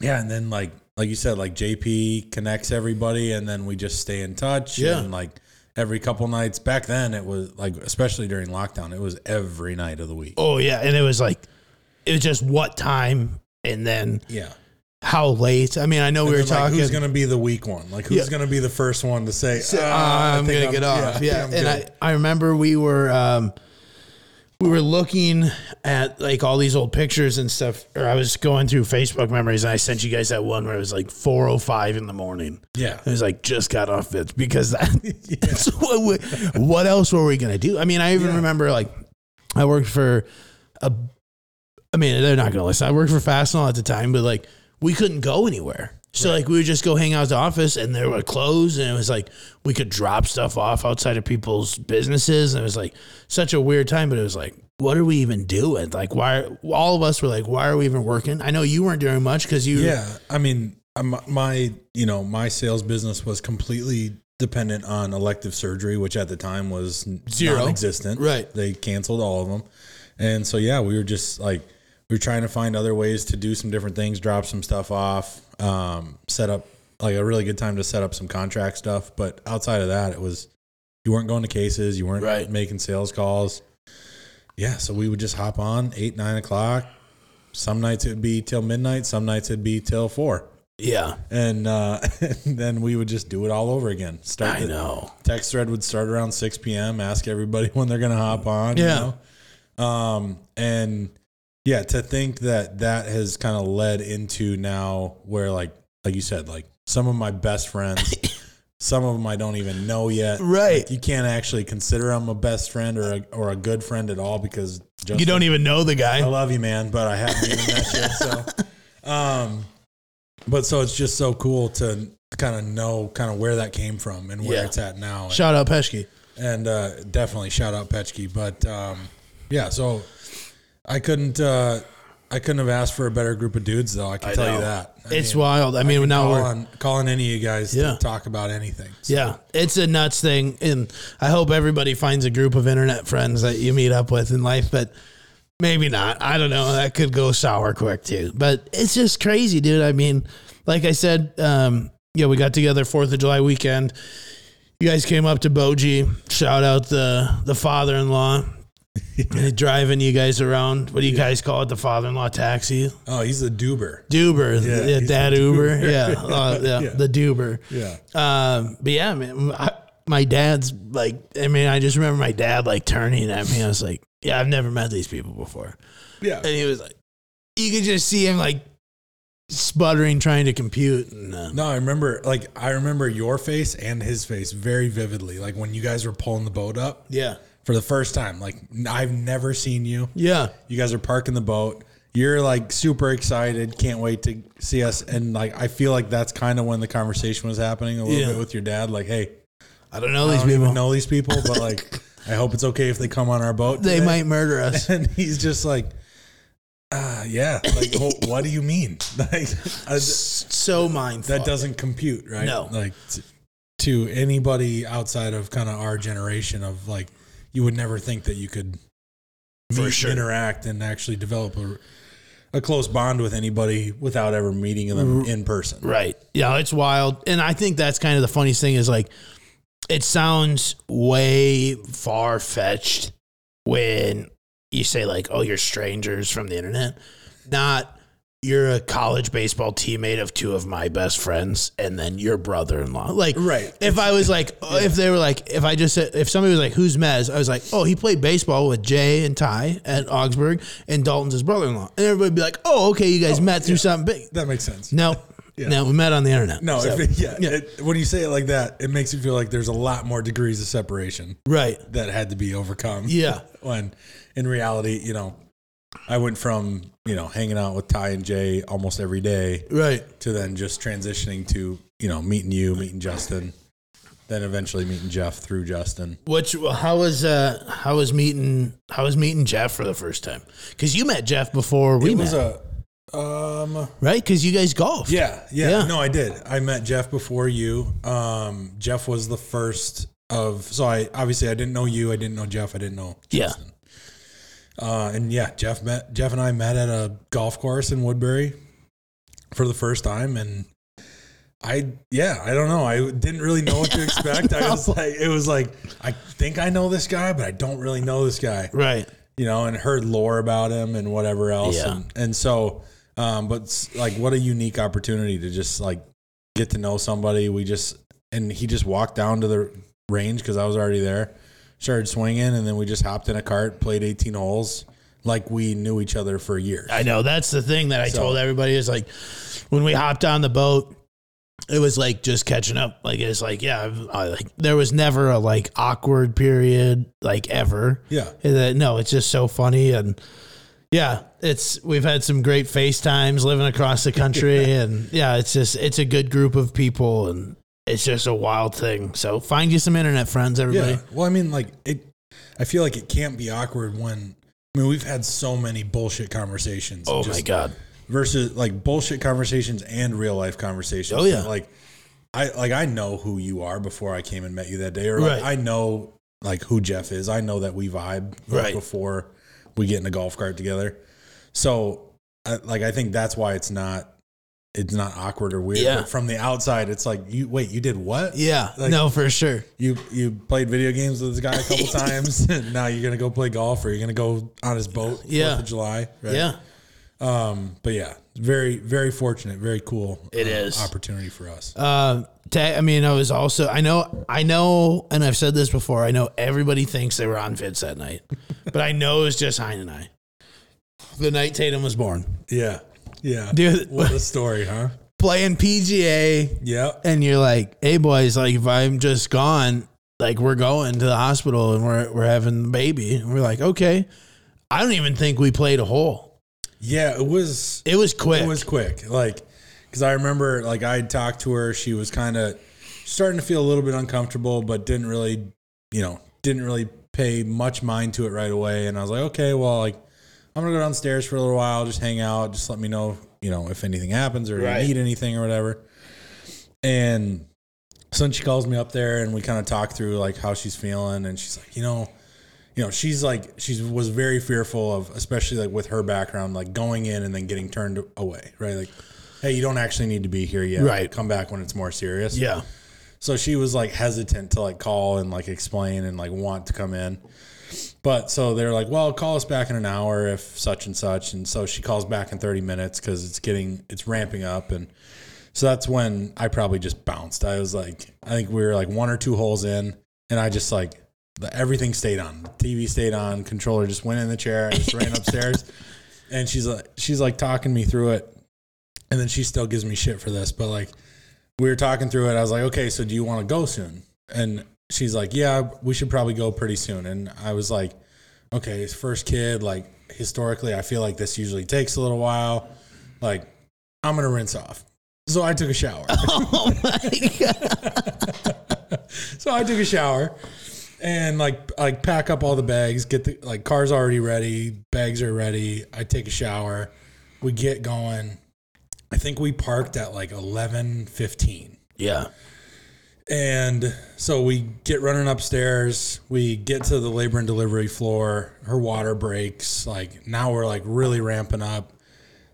Speaker 3: yeah, and then like like you said, like JP connects everybody, and then we just stay in touch.
Speaker 1: Yeah.
Speaker 3: and like every couple nights. Back then, it was like especially during lockdown, it was every night of the week.
Speaker 1: oh yeah. And it was like, it was just what time and then
Speaker 3: Yeah,
Speaker 1: how late. I mean, I know we were
Speaker 3: And, like,
Speaker 1: talking.
Speaker 3: who's gonna be the weak one? Like who's
Speaker 1: Yeah.
Speaker 3: gonna be the first one to say
Speaker 1: So,
Speaker 3: "Ah, I
Speaker 1: Uh, I'm
Speaker 3: think
Speaker 1: gonna get off.
Speaker 3: I
Speaker 1: Yeah,
Speaker 3: think I'm
Speaker 1: and
Speaker 3: good."
Speaker 1: I, I remember we were um, we were looking at like all these old pictures and stuff. Or I was going through Facebook memories, and I sent you guys that one where it was like 4:05 in the morning.
Speaker 3: Yeah.
Speaker 1: It was like just got off it because that, <laughs> that's what we, what else were we gonna do? I mean, I even remember like I worked for a. I mean, they're not gonna listen. I worked for Fastenal at the time, but like we couldn't go anywhere. So like we would just go hang out at the office, and there were clothes, and it was like we could drop stuff off outside of people's businesses, and it was like such a weird time. But it was like, what are we even doing? Like, why? All of us were like, why are we even working? I know you weren't doing much because you,
Speaker 3: Yeah, I mean, I'm, my you know my sales business was completely dependent on elective surgery, which at the time was
Speaker 1: Zero.
Speaker 3: Zero. non-existent.
Speaker 1: Right.
Speaker 3: They canceled all of them, and so yeah, we were just like we were trying to find other ways to do some different things, drop some stuff off, um, set up like a really good time to set up some contract stuff. But outside of that, it was you weren't going to cases, you weren't
Speaker 1: Right.
Speaker 3: making sales calls. Yeah, so we would just hop on eight nine o'clock. Some nights it'd be till midnight. Some nights it'd be till four
Speaker 1: yeah,
Speaker 3: and, uh, <laughs> and then we would just do it all over again. Start
Speaker 1: I
Speaker 3: the-
Speaker 1: know.
Speaker 3: Text thread would start around six p.m. Ask everybody <laughs> when they're gonna hop on.
Speaker 1: Yeah.
Speaker 3: know? Um, and yeah, to think that that has kind of led into now where like like you said, like some of my best
Speaker 1: <coughs>
Speaker 3: friends. Some of them I don't even know yet.
Speaker 1: Right.
Speaker 3: you can't actually consider them a best friend or a, or a good friend at all because just
Speaker 1: You don't even know the guy.
Speaker 3: I love you, man, but I haven't even met you.
Speaker 1: <laughs>
Speaker 3: So, um, but so it's just so cool to kind of know kind of where that came from and where
Speaker 1: Yeah.
Speaker 3: it's at now. And,
Speaker 1: Shout out Pesky.
Speaker 3: and, uh, definitely shout out Petchke. But um, yeah, so I couldn't uh, I couldn't have asked for a better group of dudes though. I can
Speaker 1: I
Speaker 3: tell
Speaker 1: know.
Speaker 3: you that. I
Speaker 1: it's
Speaker 3: mean,
Speaker 1: wild. I mean, now
Speaker 3: call
Speaker 1: we're
Speaker 3: on, call on any of you guys
Speaker 1: Yeah.
Speaker 3: to talk about anything. So,
Speaker 1: yeah, it's a nuts thing, and I hope everybody finds a group of internet friends that you meet up with in life, but maybe not. I don't know. That could go sour quick too. But it's just crazy, dude. I mean, like I said, um, yeah, we got together Fourth of July weekend. You guys came up to Boji. Shout out the the father in
Speaker 3: <laughs>
Speaker 1: law. Driving you guys around. What do you guys call it? The father in law taxi?
Speaker 3: Oh, he's a duber.
Speaker 1: Duber,
Speaker 3: Yeah,
Speaker 1: yeah,
Speaker 3: he's
Speaker 1: Dad
Speaker 3: the
Speaker 1: Uber,
Speaker 3: Duber.
Speaker 1: yeah, uh, <laughs> yeah,
Speaker 3: Yeah.
Speaker 1: the Duber.
Speaker 3: Yeah.
Speaker 1: Um, but yeah, man, I, my dad's like, I mean, I just remember my dad like turning at me. I was like, yeah, I've never met these people before,
Speaker 3: Yeah.
Speaker 1: and he was like, you could just see him like sputtering, trying to compute. And, uh,
Speaker 3: No, I remember like I remember your face and his face very vividly. Like when you guys were pulling the boat up
Speaker 1: yeah,
Speaker 3: for the first time. Like n- I've never seen you.
Speaker 1: yeah,
Speaker 3: You guys are parking the boat. You're like super excited, can't wait to see us. And like I feel like that's kind of when the conversation was happening a little
Speaker 1: Yeah.
Speaker 3: bit with your dad. Like, hey,
Speaker 1: I don't know
Speaker 3: I
Speaker 1: these
Speaker 3: don't even
Speaker 1: people.
Speaker 3: know these people,
Speaker 1: <laughs>
Speaker 3: but like I hope it's okay if they come on our boat.
Speaker 1: They
Speaker 3: today."
Speaker 1: might murder <laughs> us.
Speaker 3: <laughs> And he's just like, uh, yeah. Like, well, what do you mean? <laughs>
Speaker 1: <laughs>
Speaker 3: Like, I-
Speaker 1: so mindful.
Speaker 3: that doesn't compute, right?
Speaker 1: No.
Speaker 3: Like t- to anybody outside of kind of our generation of like, you would never think that you could
Speaker 1: For
Speaker 3: meet,
Speaker 1: sure.
Speaker 3: interact and actually develop a, a close bond with anybody without ever meeting them in person.
Speaker 1: Right. Yeah, it's wild. And I think that's kind of the funniest thing is like it sounds way far fetched when you say like, oh, you're strangers from the internet. Not you're a college baseball teammate of two of my best friends and then your brother in law. Like
Speaker 3: Right.
Speaker 1: if I was like if they were like if I just said if somebody was like, Who's Mez? I was like, Oh, he played baseball with Jay and Ty at Augsburg and Dalton's his brother in law. And everybody'd be like, Oh, okay, you guys met through something big.
Speaker 3: That makes sense.
Speaker 1: No. No, we met on the internet.
Speaker 3: No,
Speaker 1: So-
Speaker 3: if it- yeah. it- when you say it like that, it makes you feel like there's a lot more degrees of separation
Speaker 1: right.
Speaker 3: that had to be overcome.
Speaker 1: Yeah.
Speaker 3: when in reality, you know, I went from, you know, hanging out with Ty and Jay almost every day
Speaker 1: Right.
Speaker 3: to then just transitioning to you know meeting you, meeting Justin, Then eventually meeting Jeff through Justin.
Speaker 1: Which how was uh how was meeting how was meeting Jeff for the first time? Because you met Jeff before we
Speaker 3: it
Speaker 1: met,
Speaker 3: was a um
Speaker 1: right? Because you guys golfed.
Speaker 3: yeah, yeah
Speaker 1: Yeah.
Speaker 3: no i did i met jeff before you um jeff was the first of so i obviously i didn't know you i didn't know jeff i didn't know
Speaker 1: Yeah.
Speaker 3: Justin. uh and yeah jeff met jeff and i met at a golf course in woodbury for the first time and I yeah I don't know I didn't really
Speaker 1: <laughs>
Speaker 3: know what to expect I was like it was like I think I know this guy but I don't really know this guy
Speaker 1: Right.
Speaker 3: you know, and heard lore about him and whatever else.
Speaker 1: Yeah.
Speaker 3: And, and so, um, but s- like, what a unique opportunity to just like get to know somebody. We just, and he just walked down to the range because I was already there, started swinging, and then we just hopped in a cart, played 18 holes like we knew each other for years.
Speaker 1: I know that's the thing that I
Speaker 3: So-
Speaker 1: told everybody is like when we hopped on the boat, it was like just catching up. Like it's like yeah, I've- I, like there was never a like awkward period like ever.
Speaker 3: Yeah.
Speaker 1: And that- no, it's just so funny and yeah, it's we've had some great FaceTimes living across the
Speaker 3: <laughs>
Speaker 1: country and yeah, it's just it's a good group of people and it's just a wild thing. So find you some internet friends, everybody.
Speaker 3: Yeah. Well, I mean, like, it, I feel like it can't be awkward when, I mean, we've had so many bullshit conversations.
Speaker 1: Oh
Speaker 3: just
Speaker 1: my god.
Speaker 3: versus like bullshit conversations and real life conversations.
Speaker 1: Oh, yeah.
Speaker 3: like I like I know who you are before I came and met you that day, or like,
Speaker 1: Right.
Speaker 3: I know like who Jeff is. I know that we vibe like,
Speaker 1: Right.
Speaker 3: before we get in a golf cart together. So, I, like I think that's why it's not it's not awkward or weird.
Speaker 1: Yeah.
Speaker 3: But from the outside, it's like you wait, you did what?
Speaker 1: Yeah.
Speaker 3: Like-
Speaker 1: no, for sure.
Speaker 3: You you played video games with this guy a
Speaker 1: <laughs>
Speaker 3: couple times, <laughs> and now you're gonna go play golf, or you're gonna go on his boat.
Speaker 1: Yeah.
Speaker 3: Fourth of July. right?
Speaker 1: Yeah.
Speaker 3: Um, but yeah, very, very fortunate, very cool. um,
Speaker 1: It is.
Speaker 3: opportunity for us.
Speaker 1: Uh, ta- I mean, I was also I know I know, and I've said this before. I know everybody thinks they were on vids that
Speaker 3: <laughs>
Speaker 1: night, but I know it was just Hein and I. The night Tatum was born,
Speaker 3: yeah, yeah,
Speaker 1: Dude.
Speaker 3: What a story, huh?
Speaker 1: playing PGA,
Speaker 3: Yeah,
Speaker 1: and you're like, "Hey, boys, like if I'm just gone, like we're going to the hospital and we're we're having the baby." And we're like, "Okay." I don't even think we played a hole.
Speaker 3: yeah. It was,
Speaker 1: It was quick.
Speaker 3: it was quick. Like, because I remember, like, I had talked to her. She was kind of starting to feel a little bit uncomfortable, but didn't really, you know, didn't really pay much mind to it right away. And I was like, okay, well, like, I'm gonna go downstairs for a little while, just hang out, just let me know, you know, if anything happens or
Speaker 1: Right.
Speaker 3: you need anything or whatever. And so then she calls me up there and we kind of talk through like how she's feeling and she's like, you know, you know, she's like she was very fearful of especially like with her background, like going in and then getting turned away, right? Like, hey, you don't actually need to be here yet.
Speaker 1: Right.
Speaker 3: Come back when it's more serious.
Speaker 1: yeah,
Speaker 3: So she was like hesitant to like call and like explain and like want to come in. But so they're like, well, call us back in an hour if such and such. And so she calls back in 30 minutes because it's getting, it's ramping up. And so that's when I probably just bounced. I was like, I think we were like one or two holes in. And I just like, the, everything stayed on. TV stayed on. Controller just went in the chair. I just ran upstairs. And she's like, she's like talking me through it. And then she still gives me shit for this. But like, we were talking through it. I was like, okay, so do you want to go soon? And she's like, yeah, we should probably go pretty soon. And I was like, okay, his first kid, like historically, I feel like this usually takes a little while. Like, I'm going to rinse off. So I took a shower. <laughs> so I took a shower and like like pack up all the bags, get the like car's already ready, bags are ready. I take a shower. We get going. I think we parked at like 11:15.
Speaker 1: yeah,
Speaker 3: And so we get running upstairs. We get to the labor and delivery floor. Her water breaks. Like now we're like really ramping up.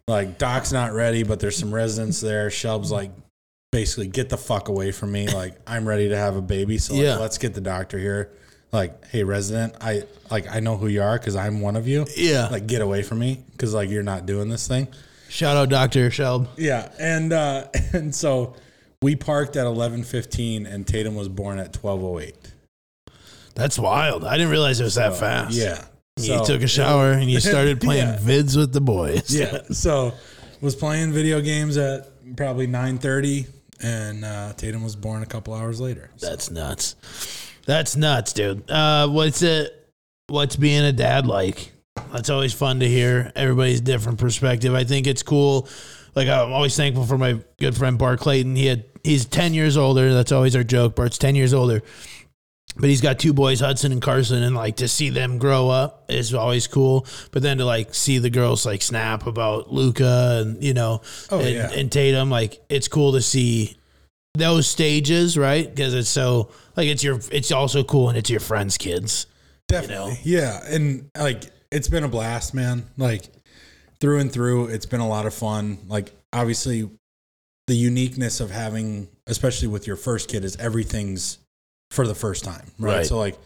Speaker 3: Like Doc's not ready, but there's some residents there. Shub's like basically get the fuck away from me. Like I'm ready to have a baby. So like,
Speaker 1: Yeah.
Speaker 3: let's get the doctor here. Like, hey, resident, I like I know who you are because I'm one of you.
Speaker 1: yeah.
Speaker 3: Like get away from me because like you're not doing this thing.
Speaker 1: Shout out Doctor Shelb.
Speaker 3: Yeah, and uh, <laughs> and so we parked at eleven fifteen, and Tatum was born at twelve oh eight.
Speaker 1: That's wild. I didn't realize it was that fast.
Speaker 3: Oh, Yeah,
Speaker 1: you took a shower and
Speaker 3: <laughs>
Speaker 1: you started playing
Speaker 3: Yeah.
Speaker 1: vids with the boys.
Speaker 3: yeah. So was playing video games at probably nine thirty, and uh, Tatum was born a couple hours later.
Speaker 1: That's nuts. That's nuts, dude. Uh, what's it? What's being a dad like? That's always fun to hear everybody's different perspective. I think it's cool. Like I'm always thankful for my good friend Bart Clayton. He had he's ten years older. That's always our joke. Bart's ten years older, but he's got two boys, Hudson and Carson, and like to see them grow up is always cool. But then to like see the girls like snap about Luca and you know
Speaker 3: Oh,
Speaker 1: and,
Speaker 3: yeah.
Speaker 1: and Tatum, like it's cool to see those stages, right? Because it's so like it's your it's also cool and it's your friends' kids.
Speaker 3: Definitely. Yeah. And like, it's been a blast, man. Like, through and through, it's been a lot of fun. Like, obviously, the uniqueness of having, especially with your first kid, is everything's for the first time. Right.
Speaker 1: Right.
Speaker 3: So, like,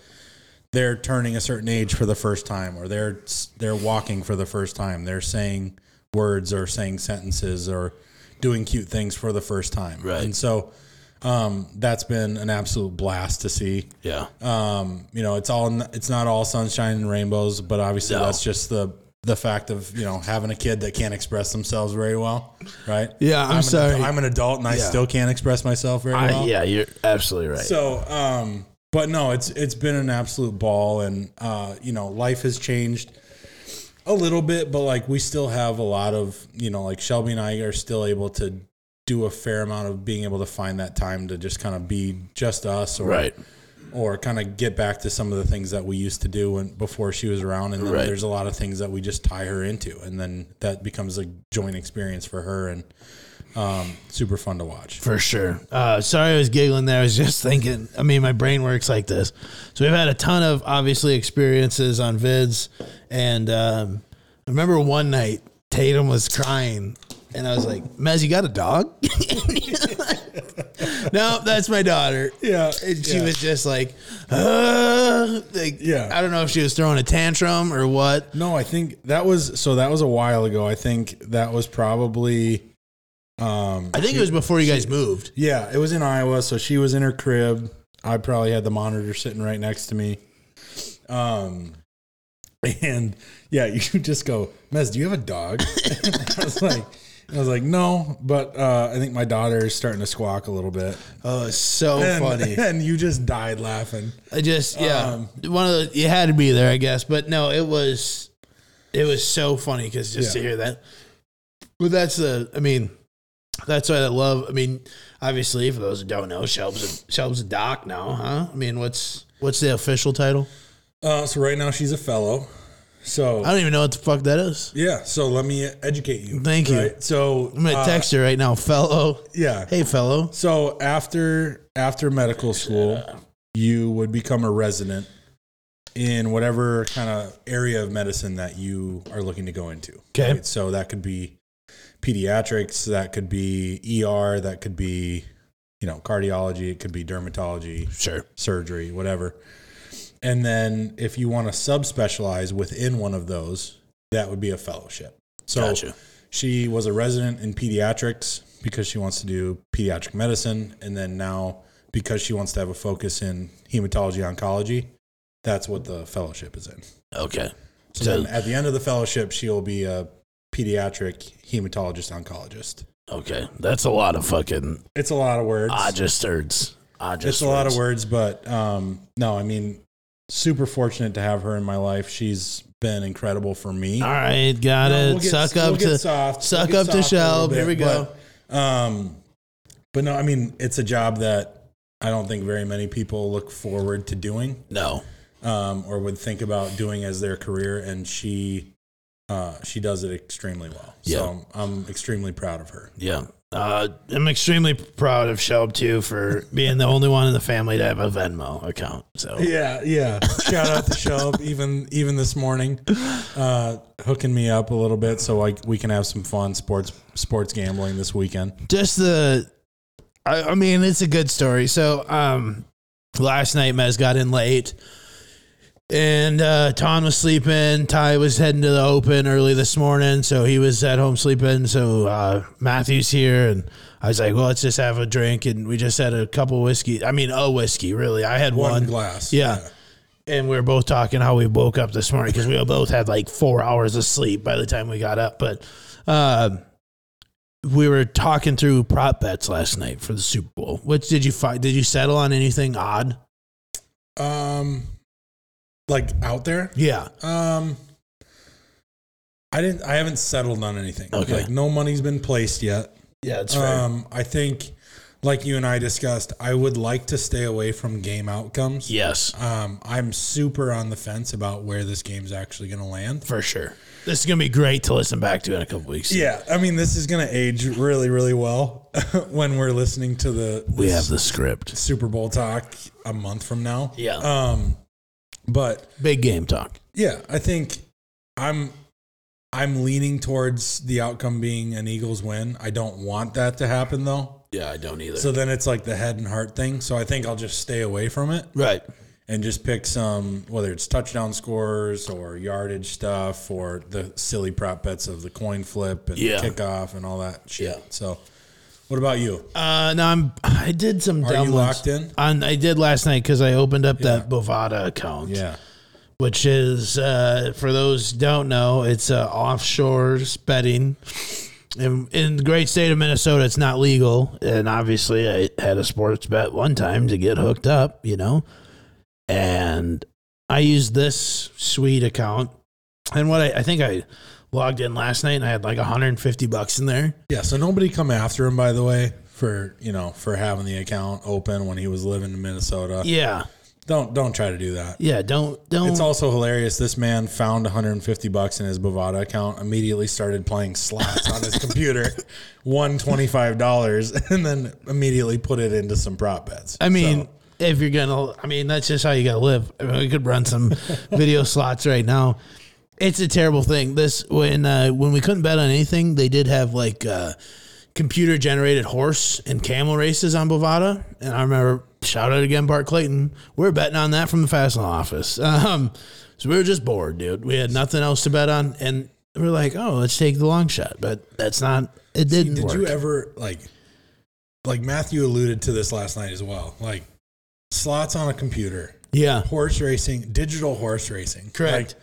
Speaker 3: they're turning a certain age for the first time, or they're they're walking for the first time. They're saying words or saying sentences or doing cute things for the first time.
Speaker 1: Right.
Speaker 3: And so um, that's been an absolute blast to see
Speaker 1: Yeah.
Speaker 3: um, you know, it's all it's not all sunshine and rainbows, but obviously
Speaker 1: No.
Speaker 3: that's just the the fact of you know having a kid that can't express themselves very well, right?
Speaker 1: Yeah, I'm
Speaker 3: an-
Speaker 1: sorry.
Speaker 3: I'm an adult and I
Speaker 1: Yeah.
Speaker 3: still can't express myself very well.
Speaker 1: yeah, you're absolutely right.
Speaker 3: So, um, but no, it's it's been an absolute ball, and uh, you know, life has changed a little bit, but like we still have a lot of you know, like Shelby and I are still able to do a fair amount of being able to find that time to just kind of be just us, or
Speaker 1: right.
Speaker 3: or kind of get back to some of the things that we used to do when before she was around and then
Speaker 1: Right.
Speaker 3: there's a lot of things that we just tie her into and then that becomes a joint experience for her and um, super fun to watch
Speaker 1: For sure. Uh, sorry, I was giggling there. I was just thinking. I mean, my brain works like this. So we've had a ton of obviously experiences on vids, and um, I remember one night Tatum was crying, and I was like, "Mez, you got a dog?" <laughs> no, that's my daughter.
Speaker 3: yeah
Speaker 1: And she was just like, uh, like,
Speaker 3: Yeah.
Speaker 1: I don't know if she was throwing a tantrum or what.
Speaker 3: no i think that was so that was a while ago i think that was probably um
Speaker 1: I think it was before you guys moved.
Speaker 3: yeah it was in iowa so she was in her crib i probably had the monitor sitting right next to me um and yeah, <laughs> you just go, Mez, do you have a dog? <laughs> And I was like, I was like, no, but uh, I think my daughter is starting to squawk a little bit.
Speaker 1: Oh, it's so
Speaker 3: and,
Speaker 1: funny.
Speaker 3: <laughs> And you just died laughing.
Speaker 1: I just yeah,
Speaker 3: Um,
Speaker 1: one of the you had to be there, I guess. But no, it was it was so funny because just to
Speaker 3: Yeah.
Speaker 1: hear that. But that's the I mean, that's what I love. I mean, obviously, for those who don't know, Shelb's a, Shelb's a doc now, huh? I mean, what's what's the official title?
Speaker 3: Uh, so right now she's a fellow. So
Speaker 1: I don't even know what the fuck that is.
Speaker 3: yeah, so let me educate you.
Speaker 1: Thank you.
Speaker 3: So
Speaker 1: I'm gonna
Speaker 3: uh,
Speaker 1: text her right now, fellow.
Speaker 3: Yeah.
Speaker 1: Hey, fellow.
Speaker 3: So after after medical school, you would become a resident in whatever kind of area of medicine that you are looking to go into.
Speaker 1: Okay.
Speaker 3: So that could be pediatrics, that could be ER, that could be you know cardiology, it could be dermatology,
Speaker 1: Sure.
Speaker 3: surgery, whatever. And then if you want to subspecialize within one of those, that would be a fellowship. So
Speaker 1: Gotcha.
Speaker 3: she was a resident in pediatrics because she wants to do pediatric medicine. And then now, because she wants to have a focus in hematology oncology, that's what the fellowship is in.
Speaker 1: Okay.
Speaker 3: So,
Speaker 1: So-
Speaker 3: then at the end of the fellowship, she'll be a pediatric hematologist oncologist.
Speaker 1: Okay. That's a lot of fucking
Speaker 3: It's a lot of words.
Speaker 1: Ah, just turds. I just
Speaker 3: it's a lot of words, but um, no, I mean, super fortunate to have her in my life. She's been incredible for me.
Speaker 1: All right, got
Speaker 3: No,
Speaker 1: it.
Speaker 3: we'll get-
Speaker 1: suck
Speaker 3: we'll
Speaker 1: up
Speaker 3: get
Speaker 1: to
Speaker 3: soft.
Speaker 1: suck
Speaker 3: We'll
Speaker 1: up
Speaker 3: get
Speaker 1: to
Speaker 3: soft a little
Speaker 1: Shelb. Here we
Speaker 3: bit,
Speaker 1: go.
Speaker 3: But, um, but no, I mean, it's a job that I don't think very many people look forward to doing
Speaker 1: no.
Speaker 3: um, or would think about doing as their career, and she. Uh, she does it extremely well. So I'm extremely proud of her.
Speaker 1: Yeah. Uh, I'm extremely proud of Shelb too for being the only one in the family to have a Venmo account. So
Speaker 3: Yeah, yeah. Shout out to
Speaker 1: <laughs>
Speaker 3: Shelb even even this morning, uh, hooking me up a little bit so like we can have some fun sports sports gambling this weekend.
Speaker 1: just the I, I mean it's a good story so um last night mez got in late and uh ton was sleeping ty was heading to the open early this morning so he was at home sleeping so uh matthew's here and i was like well let's just have a drink and we just had a couple whiskey i mean a whiskey really i had
Speaker 3: One
Speaker 1: one,
Speaker 3: glass.
Speaker 1: yeah. And we were both talking how we woke up this morning because we both had like four hours of sleep by the time we got up. But um, we were talking through prop bets last night for the Super Bowl. Which did you find? Did you settle on anything odd?
Speaker 3: Um, like out there.
Speaker 1: Yeah.
Speaker 3: Um, I didn't. I haven't settled on anything.
Speaker 1: Okay.
Speaker 3: Like no money's been placed yet.
Speaker 1: Yeah, that's
Speaker 3: Um, I think, like you and I discussed, I would like to stay away from game outcomes.
Speaker 1: yes,
Speaker 3: Um, I'm super on the fence about where this game's actually going to land.
Speaker 1: for sure. This is gonna be great to listen back to in a couple weeks.
Speaker 3: Yeah, I mean, this is going to age really, really well <laughs> when we're listening to the
Speaker 1: We have the script.
Speaker 3: Super Bowl talk a month from now.
Speaker 1: Yeah.
Speaker 3: Um, but
Speaker 1: Big game talk.
Speaker 3: yeah, I think I'm I'm leaning towards the outcome being an Eagles win. I don't want that to happen though.
Speaker 1: Yeah, I don't either.
Speaker 3: So then it's like the head and heart thing. So I think I'll just stay away from it
Speaker 1: right.
Speaker 3: and just pick some whether it's touchdown scores or yardage stuff or the silly prop bets of the coin flip and
Speaker 1: Yeah.
Speaker 3: kickoff and all that shit.
Speaker 1: Yeah.
Speaker 3: So what about you?
Speaker 1: Uh, no, I'm. I did some
Speaker 3: Are
Speaker 1: dumb
Speaker 3: you
Speaker 1: ones.
Speaker 3: locked in?
Speaker 1: On, I did last night because I opened up that Bovada account,
Speaker 3: Yeah.
Speaker 1: which is uh, for those who don't know, it's uh, offshore betting. In, in the great state of Minnesota, it's not legal, and obviously, I had a sports bet one time to get hooked up, you know, and I used this sweet account, and what I, I think I logged in last night and I had like 150 bucks in there.
Speaker 3: Yeah, so nobody come after him by the way for, you know, for having the account open when he was living in Minnesota.
Speaker 1: Yeah,
Speaker 3: Don't don't try to do that.
Speaker 1: yeah. Don't don't.
Speaker 3: It's also hilarious. This man found 150 bucks in his Bovada account, immediately started playing slots on his computer,
Speaker 1: <laughs>
Speaker 3: won $25, and then immediately put it into some prop bets.
Speaker 1: I mean,
Speaker 3: So,
Speaker 1: if you're gonna, I mean, that's just how you gotta live. I mean, we could run
Speaker 3: <laughs>
Speaker 1: some video slots right now. It's a terrible thing. This when uh, when we couldn't bet on anything, they did have like uh, computer generated horse and camel races on Bovada, and I remember shout out again Bart Clayton. We were betting on that from the Fastenal office. <laughs> Um, so we were just bored, dude. We had nothing else to bet on, and we are like, oh, let's take the long shot. But that's not. It didn't.
Speaker 3: did
Speaker 1: work.
Speaker 3: you ever, like, like Matthew alluded to this last night as well? Like, slots on a computer,
Speaker 1: Yeah.
Speaker 3: horse racing, digital horse racing.
Speaker 1: Correct.
Speaker 3: Like,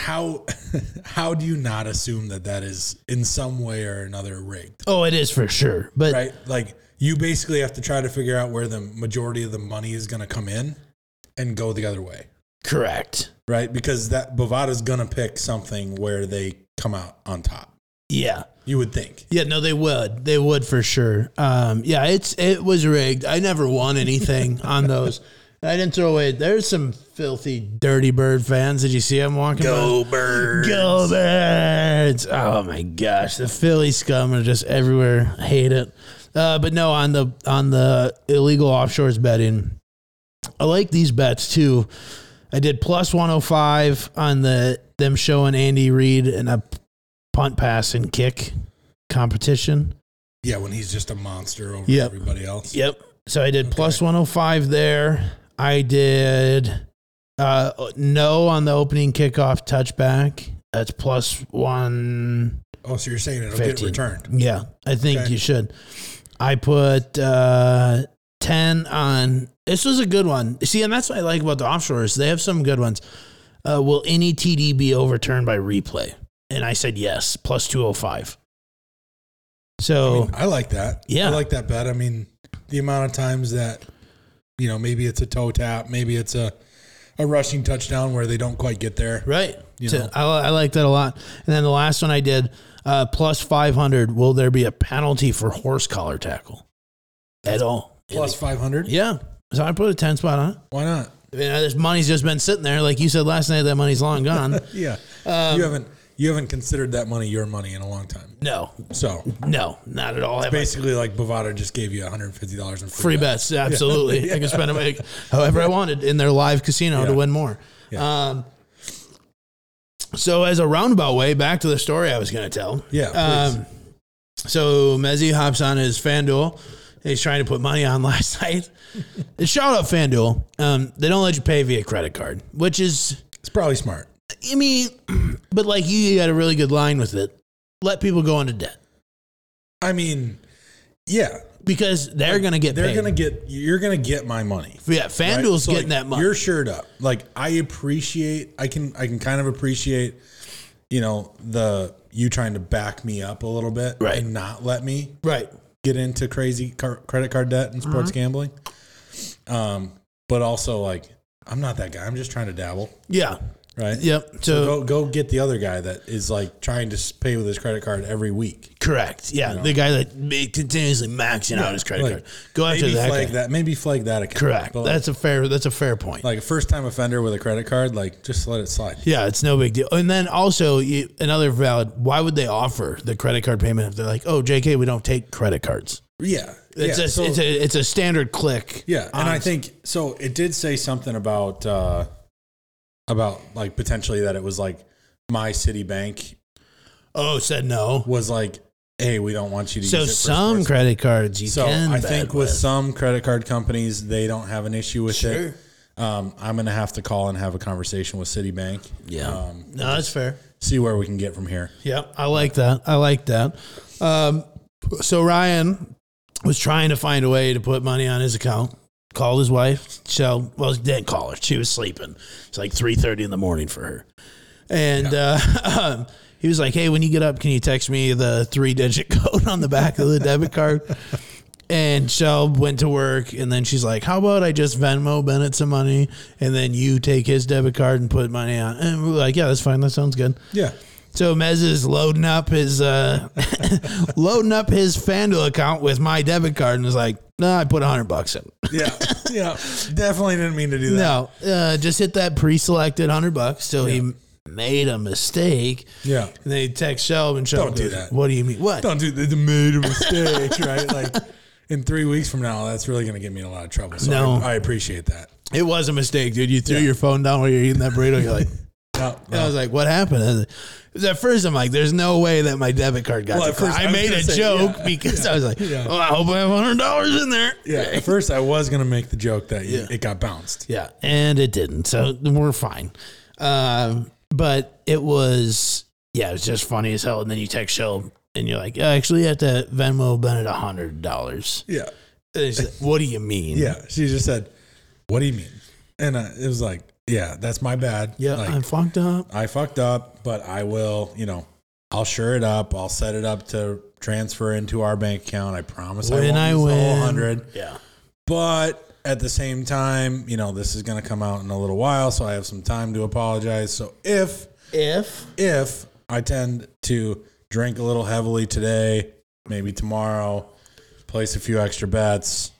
Speaker 3: how <laughs> how do you not assume that that is in some way or another rigged?
Speaker 1: Oh, it is for sure. But
Speaker 3: right? Like you basically have to try to figure out where the majority of the money is going to come in and go the other way,
Speaker 1: correct.
Speaker 3: right? Because that Bovada's going to pick something where they come out on top.
Speaker 1: Yeah.
Speaker 3: You would think.
Speaker 1: Yeah, no, they would. They would for sure. Um, yeah, it's it was rigged. I never won <laughs> anything on those. And I didn't throw away. There's some filthy, dirty bird fans. Did you see them walking? Go birds! Go birds! Oh my gosh, the Philly scum are just everywhere. I hate it. Uh, but no, on the on the illegal offshores betting, I like these bets too. I did plus 105 on the them showing Andy Reid and a punt pass and kick competition.
Speaker 3: Yeah, when he's just a monster over
Speaker 1: Yep.
Speaker 3: everybody else.
Speaker 1: Yep. So I did plus 105 there. I did uh, no on the opening kickoff touchback. That's plus one.
Speaker 3: Oh, so you're saying it'll get
Speaker 1: 15.
Speaker 3: returned.
Speaker 1: Yeah, I think
Speaker 3: Okay.
Speaker 1: you should. I put uh, 10 on. This was a good one. See, and that's what I like about the offshores. They have some good ones. Uh, will any TD be overturned by replay? And I said yes, plus 205.
Speaker 3: I,
Speaker 1: So
Speaker 3: mean, I like that.
Speaker 1: Yeah.
Speaker 3: I like that bet. I mean, the amount of times that you know, maybe it's a toe tap, maybe it's a a rushing touchdown where they don't quite get there.
Speaker 1: Right.
Speaker 3: You
Speaker 1: So
Speaker 3: know?
Speaker 1: I, I like that a lot. And then the last one I did, uh, plus 500, will there be a penalty for horse collar tackle at all?
Speaker 3: Plus 500?
Speaker 1: Yeah. So I put a 10 spot on it.
Speaker 3: Why not?
Speaker 1: I mean, this money's just been sitting there. Like you said last night, that money's long
Speaker 3: <laughs>
Speaker 1: gone.
Speaker 3: Yeah.
Speaker 1: Um,
Speaker 3: you haven't you haven't considered that money your money in a long time.
Speaker 1: no,
Speaker 3: So
Speaker 1: no, not at all. Have I-
Speaker 3: basically, like Bovada just gave you one hundred fifty dollars in free,
Speaker 1: Free
Speaker 3: bet.
Speaker 1: bets,
Speaker 3: <laughs>
Speaker 1: absolutely. I can spend them like, however I wanted in their live casino to
Speaker 3: Yeah.
Speaker 1: win more. Um, so, as a roundabout way, back to the story I was going to tell.
Speaker 3: Yeah, please.
Speaker 1: Um, so Mezzi hops on his FanDuel. He's trying to put money on <laughs> last night. And shout out FanDuel. Um, they don't let you pay via credit card, which is,
Speaker 3: it's probably smart.
Speaker 1: I mean, <clears throat> but like you got a really good line with it. Let people go into debt
Speaker 3: I mean, yeah,
Speaker 1: because they're going to get
Speaker 3: they're
Speaker 1: paid.
Speaker 3: gonna get you're gonna get my money.
Speaker 1: yeah,
Speaker 3: right?
Speaker 1: FanDuel's
Speaker 3: So,
Speaker 1: getting
Speaker 3: like,
Speaker 1: that money.
Speaker 3: You're shirt up. Like I appreciate. I can I can kind of appreciate. You know the you trying to back me up a little bit
Speaker 1: Right.
Speaker 3: and not let me
Speaker 1: Right.
Speaker 3: get into crazy car- credit card debt and sports
Speaker 1: Mm-hmm.
Speaker 3: gambling. Um, but also like I'm not that guy. I'm just trying to dabble.
Speaker 1: Yeah.
Speaker 3: right?
Speaker 1: Yep. So,
Speaker 3: Go go get the other guy that is like trying to s- pay with his credit card every week.
Speaker 1: correct. Yeah, the guy that ma- continuously maxing out his credit
Speaker 3: like,
Speaker 1: card. Go after
Speaker 3: Maybe
Speaker 1: that guy.
Speaker 3: flag that. Maybe flag that account.
Speaker 1: Correct.
Speaker 3: But, like,
Speaker 1: that's a fair. That's a fair point.
Speaker 3: like a first time offender with a credit card, like just let it slide.
Speaker 1: Yeah, it's no big deal. And then also you, another valid. Why would they offer the credit card payment if they're like, "Oh, J.K., we don't take credit cards."
Speaker 3: Yeah.
Speaker 1: It's
Speaker 3: yeah.
Speaker 1: a
Speaker 3: so-
Speaker 1: it's a it's a standard click.
Speaker 3: yeah. And I
Speaker 1: honest-
Speaker 3: think so it did say something about uh about like potentially that it was like my Citibank
Speaker 1: oh said no.
Speaker 3: was like, hey, we don't want you to
Speaker 1: So
Speaker 3: use it for
Speaker 1: some
Speaker 3: sports.
Speaker 1: credit cards you
Speaker 3: so
Speaker 1: can.
Speaker 3: I think
Speaker 1: bet
Speaker 3: with some credit card companies they don't have an issue with
Speaker 1: Sure.
Speaker 3: it. Um, I'm gonna have to call and have a conversation with Citibank.
Speaker 1: yeah,
Speaker 3: Um,
Speaker 1: no, that's fair.
Speaker 3: see where we can get from here.
Speaker 1: Yep, I like that. I like that. Um, so Ryan was trying to find a way to put money on his account. Called his wife. So, well, he didn't call her. She was sleeping. It's like three thirty in the morning for her. And uh, <laughs> um, he was like, "Hey, when you get up, can you text me the three-digit <laughs> code on the back of the debit card?" And Shelb went to work, and then she's like, "How about I just Venmo Bennett some money, and then you take his debit card and put money on?" And we we're like, "Yeah, that's fine. That sounds good."
Speaker 3: Yeah.
Speaker 1: So Mez is loading up his uh, <laughs> loading up his FanDuel account with my debit card and is like, no, I put hundred bucks in. <laughs>
Speaker 3: Yeah. yeah. Definitely didn't mean to do that.
Speaker 1: No, uh, just hit that pre-selected hundred bucks. So he made a mistake.
Speaker 3: Yeah.
Speaker 1: And they text Shelb and Shelb
Speaker 3: Don't do
Speaker 1: goes,
Speaker 3: that.
Speaker 1: What do you mean? What?
Speaker 3: Don't do that. They made a mistake, right? Like in three weeks from now, that's really going to get me in a lot of trouble. So
Speaker 1: No.
Speaker 3: I, I appreciate that.
Speaker 1: It was a mistake, dude. You threw your phone down while you're eating that burrito. You're
Speaker 3: <laughs>
Speaker 1: like,
Speaker 3: No,
Speaker 1: and I was like, what happened? I was like- 'cause at first, I'm like, there's no way that my debit card got.
Speaker 3: Well,
Speaker 1: Well,
Speaker 3: at first, I
Speaker 1: I
Speaker 3: was
Speaker 1: made
Speaker 3: gonna
Speaker 1: a
Speaker 3: say,
Speaker 1: joke
Speaker 3: yeah.
Speaker 1: because I was like,
Speaker 3: <laughs> Yeah.
Speaker 1: well, I hope I have hundred dollars in there.
Speaker 3: yeah. At first, I was going to make the joke that you-
Speaker 1: Yeah.
Speaker 3: it got bounced.
Speaker 1: Yeah, and it didn't. So we're fine. Um, but it was, yeah, it was just funny as hell. And then you text Shell and you're like, "Yeah, actually, you have to Venmo Bennett $100.
Speaker 3: Yeah.
Speaker 1: And he's like, what do you mean?
Speaker 3: Yeah. She just said, What do you mean? And uh, it was like, Yeah, that's my bad.
Speaker 1: Yeah,
Speaker 3: Like,
Speaker 1: I'm fucked up.
Speaker 3: I fucked up, but I will, you know, I'll sure it up. I'll set it up to transfer into our bank account. I promise
Speaker 1: When
Speaker 3: I
Speaker 1: I
Speaker 3: won't use the whole
Speaker 1: win.
Speaker 3: 100.
Speaker 1: Yeah.
Speaker 3: But at the same time, you know, this is going to come out in a little while, so I have some time to apologize. So if
Speaker 1: If
Speaker 3: if I tend to drink a little heavily today, maybe tomorrow, place a few extra bets,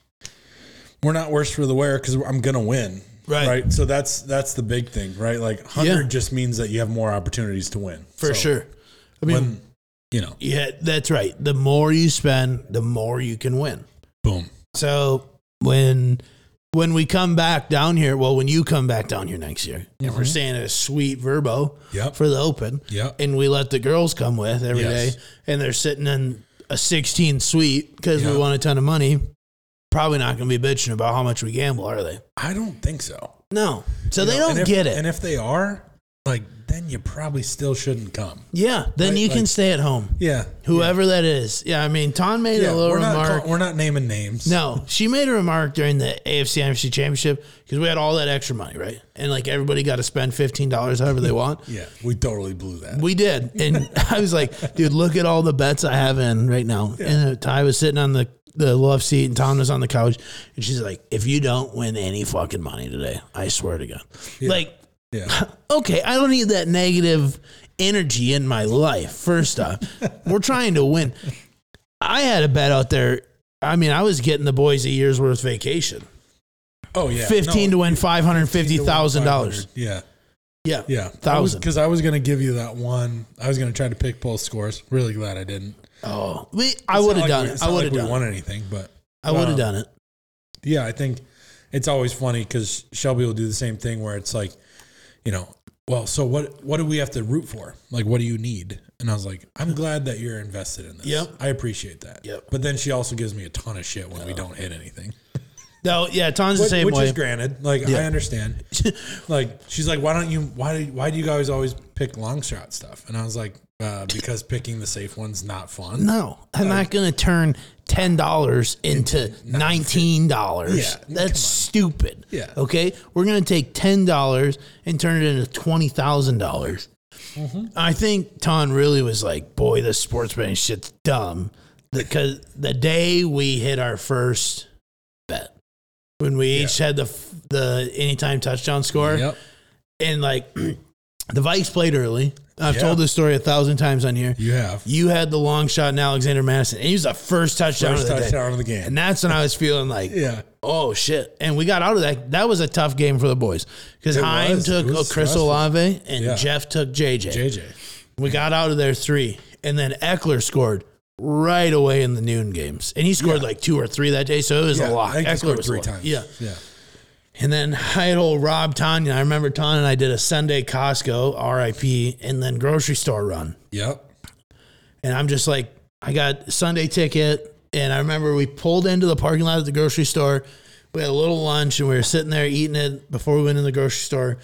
Speaker 3: we're not worse for the wear cuz I'm going to win.
Speaker 1: Right.
Speaker 3: Right. So that's that's the big thing, right? Like 100
Speaker 1: Yeah.
Speaker 3: just means that you have more opportunities to win.
Speaker 1: for
Speaker 3: So
Speaker 1: sure. I mean,
Speaker 3: When you know,
Speaker 1: yeah, that's right. The more you spend, the more you can win.
Speaker 3: boom.
Speaker 1: So when when we come back down here, well, when you come back down here next year, and
Speaker 3: Mm-hmm.
Speaker 1: we're staying at a sweet Verbo
Speaker 3: Yep.
Speaker 1: for the Open,
Speaker 3: Yep.
Speaker 1: and we let the girls come with every day,
Speaker 3: Yes.
Speaker 1: and they're sitting in a 16 suite because
Speaker 3: Yeah.
Speaker 1: we want a ton of money. Probably not going to be bitching about how much we gamble, are they?
Speaker 3: I don't think so.
Speaker 1: No, so they
Speaker 3: You know,
Speaker 1: don't
Speaker 3: and if-
Speaker 1: get it.
Speaker 3: And if they are, like then you probably still shouldn't come.
Speaker 1: yeah, then
Speaker 3: Right,
Speaker 1: you can
Speaker 3: like-
Speaker 1: stay at home,
Speaker 3: Yeah.
Speaker 1: whoever that is. Yeah, I mean, Ton made
Speaker 3: Yeah,
Speaker 1: a little
Speaker 3: we're not
Speaker 1: remark.
Speaker 3: call- we're not naming names.
Speaker 1: No, she made a remark during the AFC NFC Championship because we had all that extra money, right? And like everybody got to spend fifteen dollars however they want.
Speaker 3: Yeah, we totally blew that.
Speaker 1: We did, and <laughs> I was like, "Dude, look at all the bets I have in right now." And uh, Ty was sitting on the the left seat, and Tom was on the couch, and she's like, "If you don't win any fucking money today, I swear to God, like,
Speaker 3: yeah.
Speaker 1: okay, I don't need that negative energy in my life. First
Speaker 3: <laughs>
Speaker 1: off, we're trying to win. I had a bet out there. I mean, I was getting the boys a year's worth vacation.
Speaker 3: Oh yeah.
Speaker 1: 15 to
Speaker 3: No,
Speaker 1: win $550,000.
Speaker 3: 500. Yeah.
Speaker 1: Yeah.
Speaker 3: Yeah.
Speaker 1: Thousand.
Speaker 3: Because I was, gonna give you that one. I was gonna try to pick both scores. Really glad I didn't.
Speaker 1: Oh, we, I would have
Speaker 3: It's not like
Speaker 1: done
Speaker 3: we-
Speaker 1: it.
Speaker 3: it's
Speaker 1: I
Speaker 3: not
Speaker 1: would
Speaker 3: like
Speaker 1: have
Speaker 3: we
Speaker 1: done it.
Speaker 3: won anything, but
Speaker 1: I would
Speaker 3: um,
Speaker 1: have done it.
Speaker 3: yeah, I think it's always funny because Shelby will do the same thing where it's like, you know, well, so what? What do we have to root for? Like, what do you need? And I was like, I'm glad that you're invested in this.
Speaker 1: Yep.
Speaker 3: I appreciate that.
Speaker 1: Yep.
Speaker 3: But then she also gives me a ton of shit when we don't hit anything.
Speaker 1: No, yeah, Tom's the
Speaker 3: Which-
Speaker 1: same
Speaker 3: which
Speaker 1: way.
Speaker 3: is granted. Like
Speaker 1: <laughs>
Speaker 3: I understand. like she's like, why don't you? Why do why do you guys always pick long shot stuff? And I was like, uh, because picking the safe one's not fun.
Speaker 1: No, I'm not going to turn $10 into $19.
Speaker 3: Yeah, come on.
Speaker 1: That's stupid.
Speaker 3: Yeah.
Speaker 1: Okay. We're going to take $10 and turn it into $20,000. dollars
Speaker 3: Mm-hmm.
Speaker 1: I think Ton really was like, boy, this sports betting shit's dumb. Because the day we hit our first bet, when we each had the, f- the anytime touchdown score,
Speaker 3: Yep.
Speaker 1: and like <clears throat> The Vikes played early. I've
Speaker 3: Yeah.
Speaker 1: told this story a thousand times on here.
Speaker 3: You have.
Speaker 1: You had the long shot in Alexander Madison, and he was the first touchdown
Speaker 3: First
Speaker 1: of the day.
Speaker 3: touchdown of the game.
Speaker 1: And that's when I was feeling like,
Speaker 3: yeah.
Speaker 1: oh shit! And we got out of that. That was a tough game for the boys because
Speaker 3: It
Speaker 1: Heim
Speaker 3: was.
Speaker 1: took
Speaker 3: It was
Speaker 1: uh, Chris
Speaker 3: stressful.
Speaker 1: Olave and
Speaker 3: Yeah.
Speaker 1: Jeff took JJ.
Speaker 3: JJ.
Speaker 1: We got out of there three, and then Eckler scored right away in the noon games, and he scored like two or three that day. So it was
Speaker 3: Yeah,
Speaker 1: a lot.
Speaker 3: I think he
Speaker 1: Eckler
Speaker 3: scored
Speaker 1: was
Speaker 3: three
Speaker 1: a lot.
Speaker 3: times.
Speaker 1: Yeah.
Speaker 3: Yeah.
Speaker 1: And then I had old Rob Tanya. I remember Tanya and I did a Sunday Costco RIP and then grocery store run.
Speaker 3: Yep.
Speaker 1: And I'm just like, I got Sunday ticket. And I remember we pulled into the parking lot at the grocery store. We had a little lunch and we were sitting there eating it before we went in the grocery store.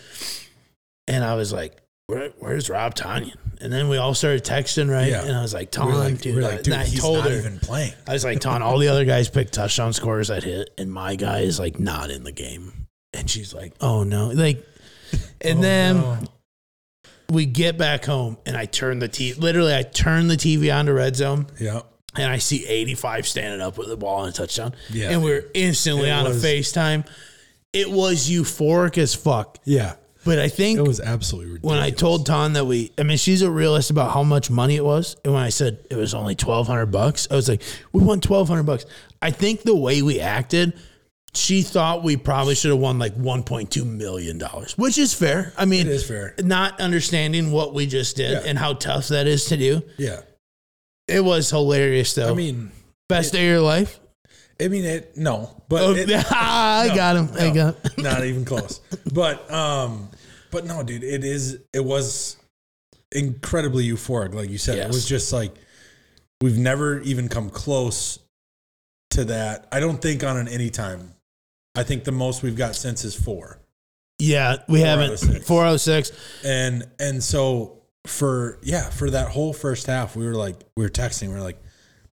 Speaker 1: And I was like, Where, where's Rob Tanyan? And then we all started texting, right?
Speaker 3: Yeah.
Speaker 1: And I was like,
Speaker 3: We
Speaker 1: Tom,
Speaker 3: were like,
Speaker 1: dude.
Speaker 3: we were
Speaker 1: And
Speaker 3: like dude,
Speaker 1: I
Speaker 3: he's
Speaker 1: told
Speaker 3: not
Speaker 1: her,
Speaker 3: even playing.
Speaker 1: I was like, Ton, all the other guys picked touchdown scores that hit, and my guy is like not in the game. And she's like, oh no. Like, and
Speaker 3: Oh,
Speaker 1: then we get back home, and I turn the TV, literally, I turn the TV on to red zone,
Speaker 3: Yep.
Speaker 1: and I see 85 standing up with the ball and a touchdown.
Speaker 3: Yeah.
Speaker 1: And we're instantly
Speaker 3: It
Speaker 1: on
Speaker 3: was-
Speaker 1: a FaceTime. It was euphoric as fuck.
Speaker 3: Yeah.
Speaker 1: But I think
Speaker 3: It was absolutely ridiculous.
Speaker 1: <laughs> when I told Ton that we, I mean, she's a realist about how much money it was. And when I said it was only twelve hundred bucks, I was like, we won twelve hundred bucks. I think the way we acted, she thought we probably should have won like one point two million dollars, which is fair. I mean,
Speaker 3: It is fair.
Speaker 1: Not understanding what we just did
Speaker 3: Yeah.
Speaker 1: and how tough that is to do.
Speaker 3: Yeah.
Speaker 1: It was hilarious though.
Speaker 3: I mean,
Speaker 1: best day of your life.
Speaker 3: I mean it. No, but
Speaker 1: Oh,
Speaker 3: it-
Speaker 1: <laughs> I got him. I got.
Speaker 3: <laughs> not even close. But um, but no, dude, it is. It was incredibly euphoric, like you said. It
Speaker 1: Yes.
Speaker 3: was just like we've never even come close to that. I don't think on an any time. I think the most we've got since is four,
Speaker 1: Yeah, we haven't.
Speaker 3: 406.
Speaker 1: Four oh six.
Speaker 3: and and so for yeah for that whole first half, we were like we were texting, we were like.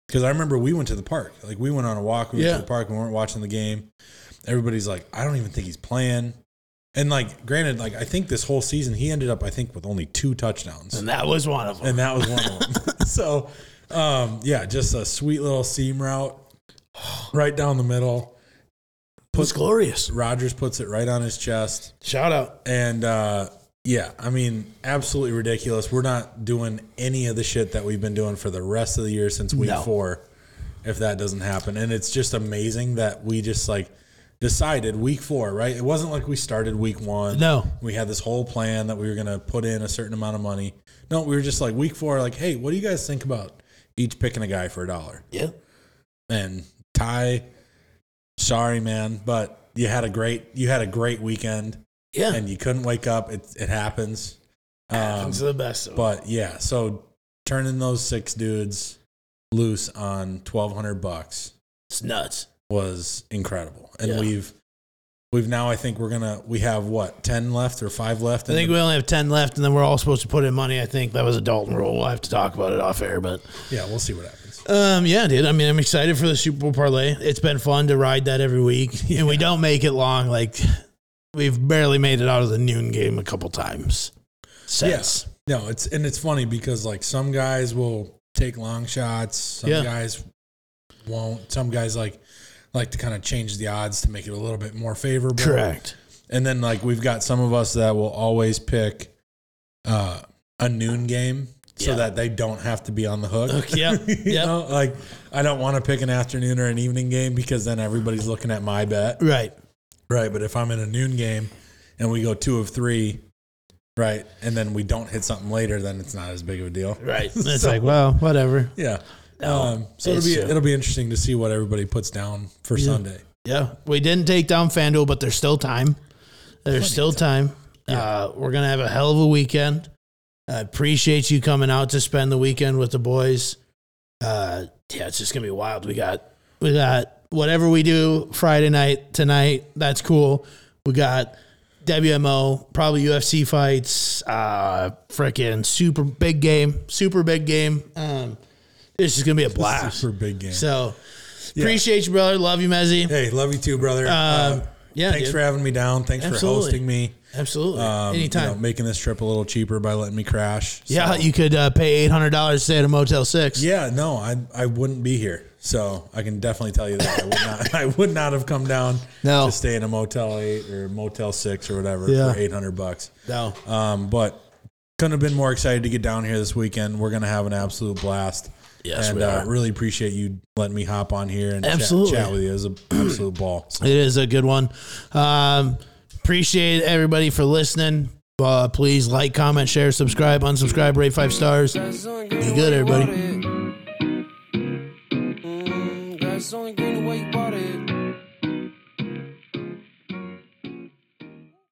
Speaker 3: Because I remember we went to the park, like we went on a walk. We went
Speaker 1: Yeah.
Speaker 3: to the park. We weren't watching the game. Everybody's like, I don't even think he's playing. And like, granted, like I think this whole season he ended up, I think, with only two touchdowns,
Speaker 1: And that was one of them.
Speaker 3: and that was one of them.
Speaker 1: <laughs>
Speaker 3: <laughs> so, um, yeah, just a sweet little seam route right down the middle.
Speaker 1: It was glorious.
Speaker 3: Rogers puts it right on his chest,
Speaker 1: Shout out.
Speaker 3: and uh, yeah, I mean, absolutely ridiculous. We're not doing any of the shit that we've been doing for the rest of the year since week
Speaker 1: No.
Speaker 3: four. If that doesn't happen, and it's just amazing that we just like decided week four, right? It wasn't like we started week one.
Speaker 1: No.
Speaker 3: We had this whole plan that we were going to put in a certain amount of money. No, we were just like week four, like, hey, what do you guys think about each picking a guy for a dollar?
Speaker 1: Yeah.
Speaker 3: And Ty, sorry, man, but you had a great you had a great weekend
Speaker 1: Yeah.
Speaker 3: and you couldn't wake up. It it happens. Um,
Speaker 1: It's the best. But
Speaker 3: but yeah, so turning those six dudes loose on twelve hundred bucks
Speaker 1: it's nuts.
Speaker 3: was incredible, and
Speaker 1: Yeah.
Speaker 3: we've we've now I think we're gonna we have what ten left or five left.
Speaker 1: I think we only have 10 left, and then we're all supposed to put in money. I think that was a Dalton rule. We'll have to talk about it off air. But
Speaker 3: yeah, we'll see what happens.
Speaker 1: um, yeah, dude, I mean, I'm excited for the Super Bowl parlay. It's been fun to ride that every week, <laughs> and we don't make it long. Like, we've barely made it out of the noon game a couple times since.
Speaker 3: Yes. No, it's and it's funny because like some guys will take long shots, some
Speaker 1: Yeah.
Speaker 3: guys won't. Some guys like like to kind of change the odds to make it a little bit more favorable.
Speaker 1: Correct.
Speaker 3: And then like we've got some of us that will always pick uh, a noon game so
Speaker 1: Yeah.
Speaker 3: that they don't have to be on the hook. <laughs>
Speaker 1: Hook, yep, <laughs>
Speaker 3: you
Speaker 1: yep.
Speaker 3: know, like I don't want to pick an afternoon or an evening game because then everybody's looking at my bet.
Speaker 1: Right.
Speaker 3: Right, but if I'm in a noon game and we go 2 of 3, right, and then we don't hit something later, then it's not as big of a deal.
Speaker 1: <laughs> Right. And it's like, well, whatever.
Speaker 3: Yeah.
Speaker 1: No,
Speaker 3: um, so it'll
Speaker 1: it's,
Speaker 3: be
Speaker 1: uh,
Speaker 3: it'll be interesting to see what everybody puts down for Sunday.
Speaker 1: Yeah, we didn't take down FanDuel, but there's still time. There's still time. Uh, we're gonna have a hell of a weekend. I appreciate you coming out to spend the weekend with the boys. Uh, yeah, it's just gonna be wild. We got we got whatever we do Friday night tonight. That's cool. We got WMO, probably UFC fights. Uh, freaking super big game, super big game. Um, this is gonna be a blast.
Speaker 3: Super big game.
Speaker 1: So appreciate you, brother. Love you, Mezzi.
Speaker 3: hey, love you too, brother. Uh,
Speaker 1: Um, yeah,
Speaker 3: thanks
Speaker 1: dude.
Speaker 3: for having me down. Thanks
Speaker 1: Absolutely.
Speaker 3: for hosting me.
Speaker 1: Absolutely.
Speaker 3: Um, you
Speaker 1: Anytime.
Speaker 3: know, making this trip a little cheaper by letting me crash. So-
Speaker 1: yeah, you could uh, pay eight hundred dollars to stay at a Motel Six.
Speaker 3: yeah, no, I I wouldn't be here. So I can definitely tell you that I would not <laughs> I would not have come down
Speaker 1: No.
Speaker 3: to stay in a Motel Eight or Motel Six or whatever
Speaker 1: Yeah.
Speaker 3: for eight hundred bucks.
Speaker 1: No.
Speaker 3: Um, but couldn't have been more excited to get down here this weekend. We're gonna have an absolute blast.
Speaker 1: Yes,
Speaker 3: and
Speaker 1: we
Speaker 3: uh,
Speaker 1: are.
Speaker 3: really appreciate you letting me hop on here and chat-
Speaker 1: Absolutely.
Speaker 3: Chat, with you. It was an <clears throat> absolute ball. So,
Speaker 1: It is a good one. Um, appreciate everybody for listening. Uh, please like, comment, share, subscribe, unsubscribe, rate five stars.
Speaker 2: That's the only green
Speaker 1: good,
Speaker 2: way you
Speaker 1: everybody?
Speaker 2: want it. Mm,